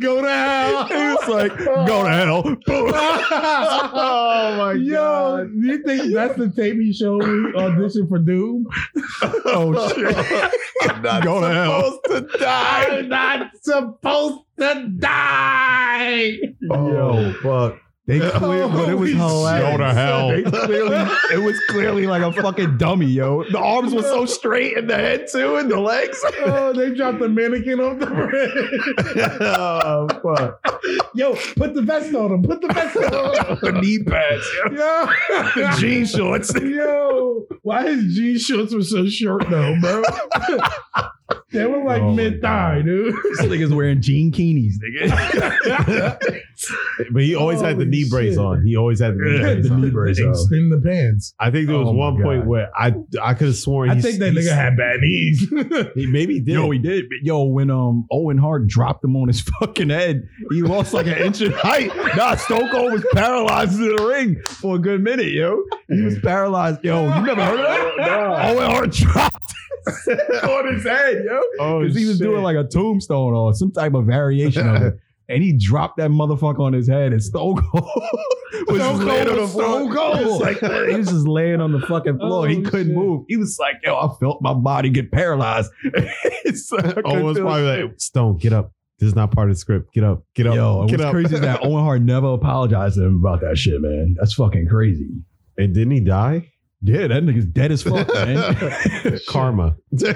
S1: Go to hell.
S3: It was like, go to hell. Boom.
S1: oh my
S2: Yo,
S1: god.
S2: do you think that's the tape he showed me audition for Doom?
S3: oh, shit.
S1: I'm not
S3: Go to hell.
S1: supposed to die.
S2: not supposed to die. Oh,
S3: Yo,
S1: fuck.
S3: Oh, They clear, but it was hilarious.
S1: Go to hell.
S3: They clearly, it was clearly like a fucking dummy, yo. The arms were so straight and the head too, and the legs.
S2: Oh, they dropped the mannequin off the bridge.
S1: oh fuck.
S2: Yo, put the vest on him. Put the vest on him.
S3: the knee pads, yo. Jean shorts.
S2: Yo, why his jean shorts were so short though, bro? they were like
S1: Oh my
S2: mid thigh,
S1: God.
S2: dude.
S3: This nigga's wearing jean keenies, nigga.
S1: But he always had the
S2: Holy
S1: knee brace
S2: shit.
S1: on. He always had the knee
S3: Yeah,
S1: brace
S3: the
S1: on.
S3: knee brace, yo.
S2: Extend the pants.
S1: I think there was
S3: Oh
S1: one
S3: my God.
S1: point where I I could have sworn
S2: I
S1: he-
S2: think that
S1: he-
S2: nigga had bad knees.
S1: he maybe he did.
S3: Yo, he did. But yo, when um Owen Hart dropped him on his fucking head, he lost like an inch in height. Nah, Stone Cold was paralyzed in the ring for a good minute, yo. He was paralyzed. Yo, you never heard of that? Owen Hart dropped on his head, yo.
S1: oh,
S3: Because he was
S1: shit.
S3: doing like a tombstone or some type of variation of it. And he dropped that motherfucker on his head, and Stone Cold
S2: Stone
S3: was just laying
S2: Cold
S3: on the
S2: was
S3: floor.
S2: Stone Cold.
S3: He was like that. he was just laying on the fucking floor. he
S2: Oh,
S3: couldn't
S2: shit.
S3: move. He was like, "Yo, I felt my body get paralyzed." It's uh, like, I couldn't
S1: Owen's
S3: do
S1: oh, probably
S3: shit.
S1: like, Stone, get up. This is not part of the script. Get up. Get up.
S3: Yo,
S1: get
S3: what's
S1: up.
S3: crazy is that Owen Hart never apologized to him about that shit, man. That's fucking crazy.
S1: And didn't he die?
S3: Yeah, that nigga's dead as fuck, man.
S1: Karma. That's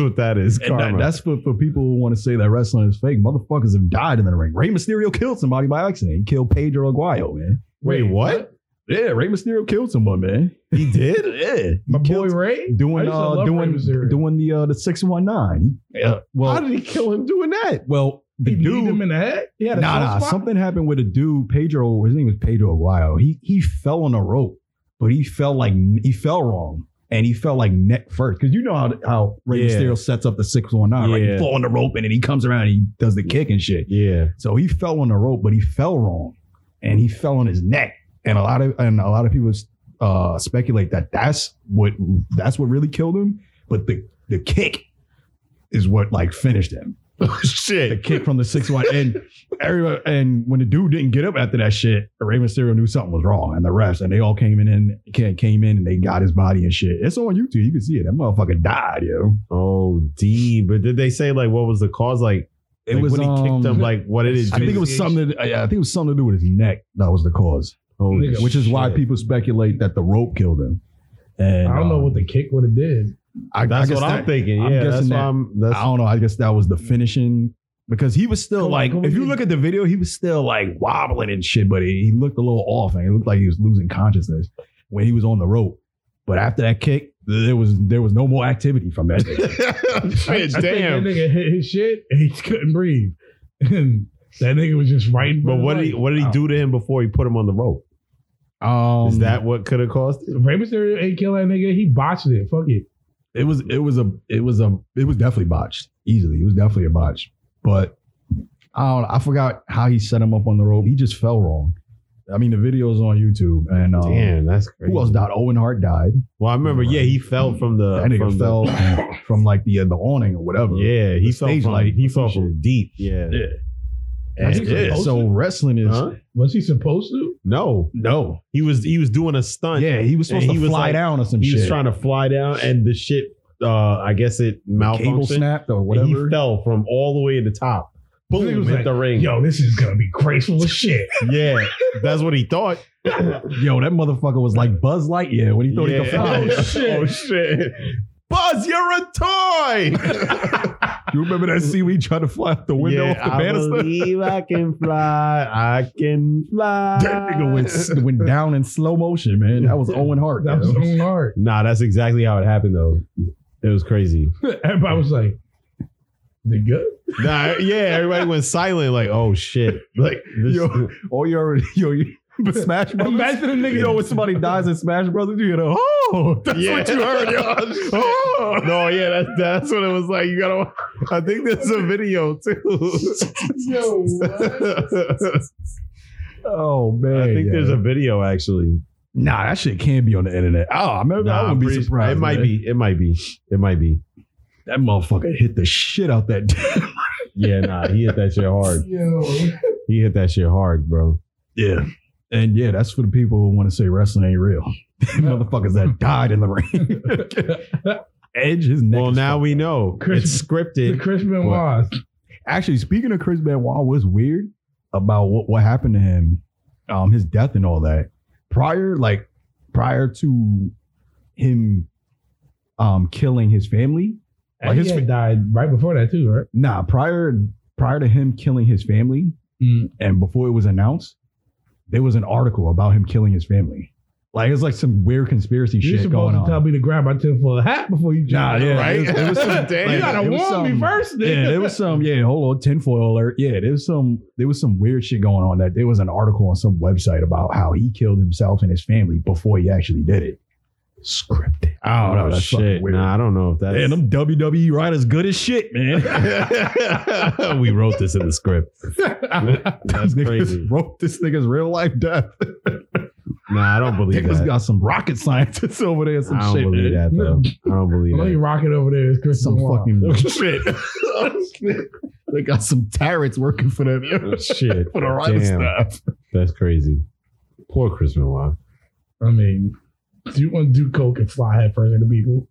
S1: what that is.
S3: And that-
S1: Karma.
S3: that's for, for people who want to say that wrestling is fake. Motherfuckers have died in the ring. Rey Mysterio killed somebody by accident. He killed Pedro Aguayo, man.
S1: Wait, what?
S3: Yeah, Rey Mysterio killed someone, man.
S1: He did?
S3: Yeah, he
S2: My boy
S3: killed-
S2: Ray? I
S3: doing
S2: used to
S3: uh,
S2: love Rey
S3: doing
S2: Mysterio.
S3: doing the uh, the six one nine. Yeah,
S1: How
S3: well,
S1: did he kill him doing that?
S3: well, the
S2: He beat him
S3: dude.
S2: in the head? He
S3: Nah,
S2: had a soft
S3: nah.
S2: spot?
S3: Something happened with a dude. Pedro, his name was Pedro Aguayo. He he fell on a rope, but he fell like he fell wrong. And he fell like neck first because you know how how Rey
S1: Yeah.
S3: Mysterio sets up the six one nine. Like
S1: Yeah.
S3: he fall on the rope and then he comes around and he does the kick and shit.
S1: Yeah.
S3: So he fell on the rope, but he fell wrong, and he fell on his neck. And a lot of and a lot of people uh, speculate that that's what that's what really killed him. But the the kick is what like finished him. The
S1: Shit.
S3: kick from the six one and everybody and when the dude didn't get up after that shit, Rey Mysterio knew something was wrong, and the refs and they all came in and ca- came in and they got his body and shit. It's on YouTube. You can see it. That motherfucker died, yo.
S1: Oh, D. But did they say like what was the cause? Like,
S3: It
S1: like,
S3: was
S1: when he kicked
S3: um,
S1: him, like what it is.
S3: I think it was something. To, I I think it was something to do with his neck. That was the cause.
S1: Holy
S3: which is why
S1: shit.
S3: people speculate that the rope killed him. And
S2: I don't know
S3: um,
S2: what the kick would have did.
S3: I,
S1: That's
S3: I guess
S1: what I'm
S3: that-
S1: thinking.
S3: I'm
S1: yeah,
S3: guessing
S1: that's why
S3: that-
S1: I'm. That's
S3: I don't know. I guess that was the finishing because he was still
S2: Come on,
S3: like,
S2: come on,
S3: if you
S2: dude.
S3: look at the video, he was still like wobbling and shit, but he, he looked a little off and he looked like he was losing consciousness when he was on the rope. But after that kick, there was there was no more activity from that. nigga.
S1: Shit,
S2: I
S1: damn.
S2: think that nigga hit his shit and he couldn't breathe. And that nigga was just right in
S1: But
S2: front of
S1: what did
S2: him,
S1: he what did he
S2: like,
S1: do to him before he put him on the rope?
S3: um,
S1: Is that what could have caused it?
S2: Rey Mysterio ain't kill that nigga. He botched it. Fuck it.
S3: it was it was a it was a it was definitely botched easily. It was definitely a botch, but I don't. I forgot how he set him up on the rope. He just fell wrong. I mean, the video's on YouTube, and um,
S1: Damn, that's crazy.
S3: who else died? Owen Hart died.
S1: Well, I remember. Yeah, he fell from the.
S3: that nigga
S1: from
S3: fell from like the uh, the awning or whatever.
S1: The, yeah, he
S3: The
S1: fell
S3: stage
S1: from.
S3: light.
S1: he fell from deep. Yeah.
S3: yeah.
S2: That's
S3: And-
S2: what
S3: yeah,
S2: supposed
S3: So
S2: to-
S3: wrestling is
S1: Huh?
S2: Was he supposed to?
S1: No,
S3: no.
S1: he was he was doing a stunt.
S3: Yeah, he was supposed
S1: And he
S3: to
S1: was
S3: fly
S1: like-
S3: down or some
S1: he
S3: shit.
S1: was trying to fly down, and the shit. Uh, I guess it
S3: cable
S1: malfunctioned.
S3: snapped or
S1: and
S3: whatever.
S1: He fell from all the way to the top. Boom!
S2: He
S1: Hit
S2: was like,
S1: the ring.
S2: Yo, this is gonna be graceful as shit.
S1: Yeah, that's what he thought.
S3: Yo, that motherfucker was like Buzz Lightyear when he thought
S1: Oh,
S3: he could Oh,
S1: Yeah.
S3: fly.
S1: Oh shit! Buzz, you're a toy.
S3: You remember that seaweed trying to fly out the window
S1: yeah,
S3: off the
S1: I
S3: banister?
S1: believe I can fly. I can fly.
S3: That nigga went, went down in slow motion, man. That was Owen Hart.
S2: That was
S3: yo.
S2: so hard.
S1: Nah, that's exactly how it happened though. It was crazy.
S2: Everybody was like, "Is it good?"
S1: Nah, yeah, everybody went silent. Like, oh shit. Like, this,
S3: Yo. Oh, you already, yo, you, but Smash Brothers.
S2: Imagine a nigga-
S3: yo, when somebody dies in Smash Brothers, you know, oh, that's
S1: Yeah.
S3: what you heard, yo. Oh.
S1: no, yeah, that's that's what it was like. You gotta. I think there's a video too.
S2: Yo,
S3: Oh man,
S1: I think
S3: yeah.
S1: there's a video actually.
S3: nah. That shit can be on the internet. Oh, I remember. I
S1: I'm
S3: wouldn't be
S1: pretty-
S3: surprised.
S1: It might
S3: man.
S1: be. It might be. It might be.
S3: that motherfucker hit the shit out that.
S1: Yeah, nah, he hit that shit hard.
S2: yo.
S1: He hit that shit hard, bro.
S3: yeah, and yeah, that's for the people who want to say wrestling ain't real. Motherfuckers that died in the ring. Edge his neck.
S1: Well,
S3: is
S1: now
S3: fucked.
S1: we know it's
S2: The
S1: scripted.
S2: Chris Benoit.
S3: actually speaking of Chris Benoit, what's weird about what what happened to him, um, his death and all that. Prior, like prior to him, um, killing his family.
S2: Like his
S3: his fa-
S2: died right before that too, right?
S3: Nah, prior prior to him killing his family and before it was announced, there was an article about him killing his family. Like it's like some weird conspiracy
S2: You're
S3: shit
S2: supposed
S3: going
S2: to
S3: on.
S2: tell me to grab my tinfoil hat before you
S3: Nah,
S2: jump.
S3: yeah,
S1: right?
S3: It was, it was some,
S1: Damn.
S2: You
S1: yeah,
S2: gotta
S3: it was
S2: warn me
S3: some-
S2: first.
S3: Yeah,
S2: nigga.
S3: there was some. Yeah, hold on, tinfoil alert. Yeah, there was some. There was some weird shit going on. That there was an article on some website about how he killed himself and his family before he actually did it. Scripted. I don't know. That's
S1: Oh, shit.
S3: fucking weird.
S1: Nah, I don't know if that's.
S3: Oh, Damn, them WWE writers good as shit, man.
S1: we wrote this in the script. That's
S3: Niggas
S1: crazy.
S3: Wrote this nigga's real life death.
S1: Nah, I don't believe
S3: Niggas
S1: that.
S3: got some rocket scientists over there. Some
S1: I don't
S3: shit,
S1: believe
S3: man.
S1: that though. I don't believe
S2: Only
S1: that.
S2: rocket over there is Chris
S3: Some
S2: Benoit.
S3: fucking
S1: shit.
S3: they got some tyrants working for them. yo.
S1: shit.
S3: for the writing
S1: Damn.
S3: staff.
S1: That's crazy. Poor Chris Benoit.
S2: I mean, do you want to do coke and fly head first into people?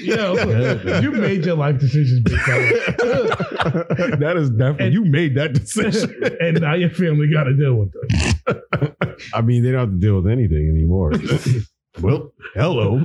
S1: Yeah.
S2: Yo, you made your life decisions, big fella.
S3: that is definitely you made that decision.
S2: and now your family got to deal with it.
S1: I mean, they don't have to deal with anything anymore.
S3: well, hello.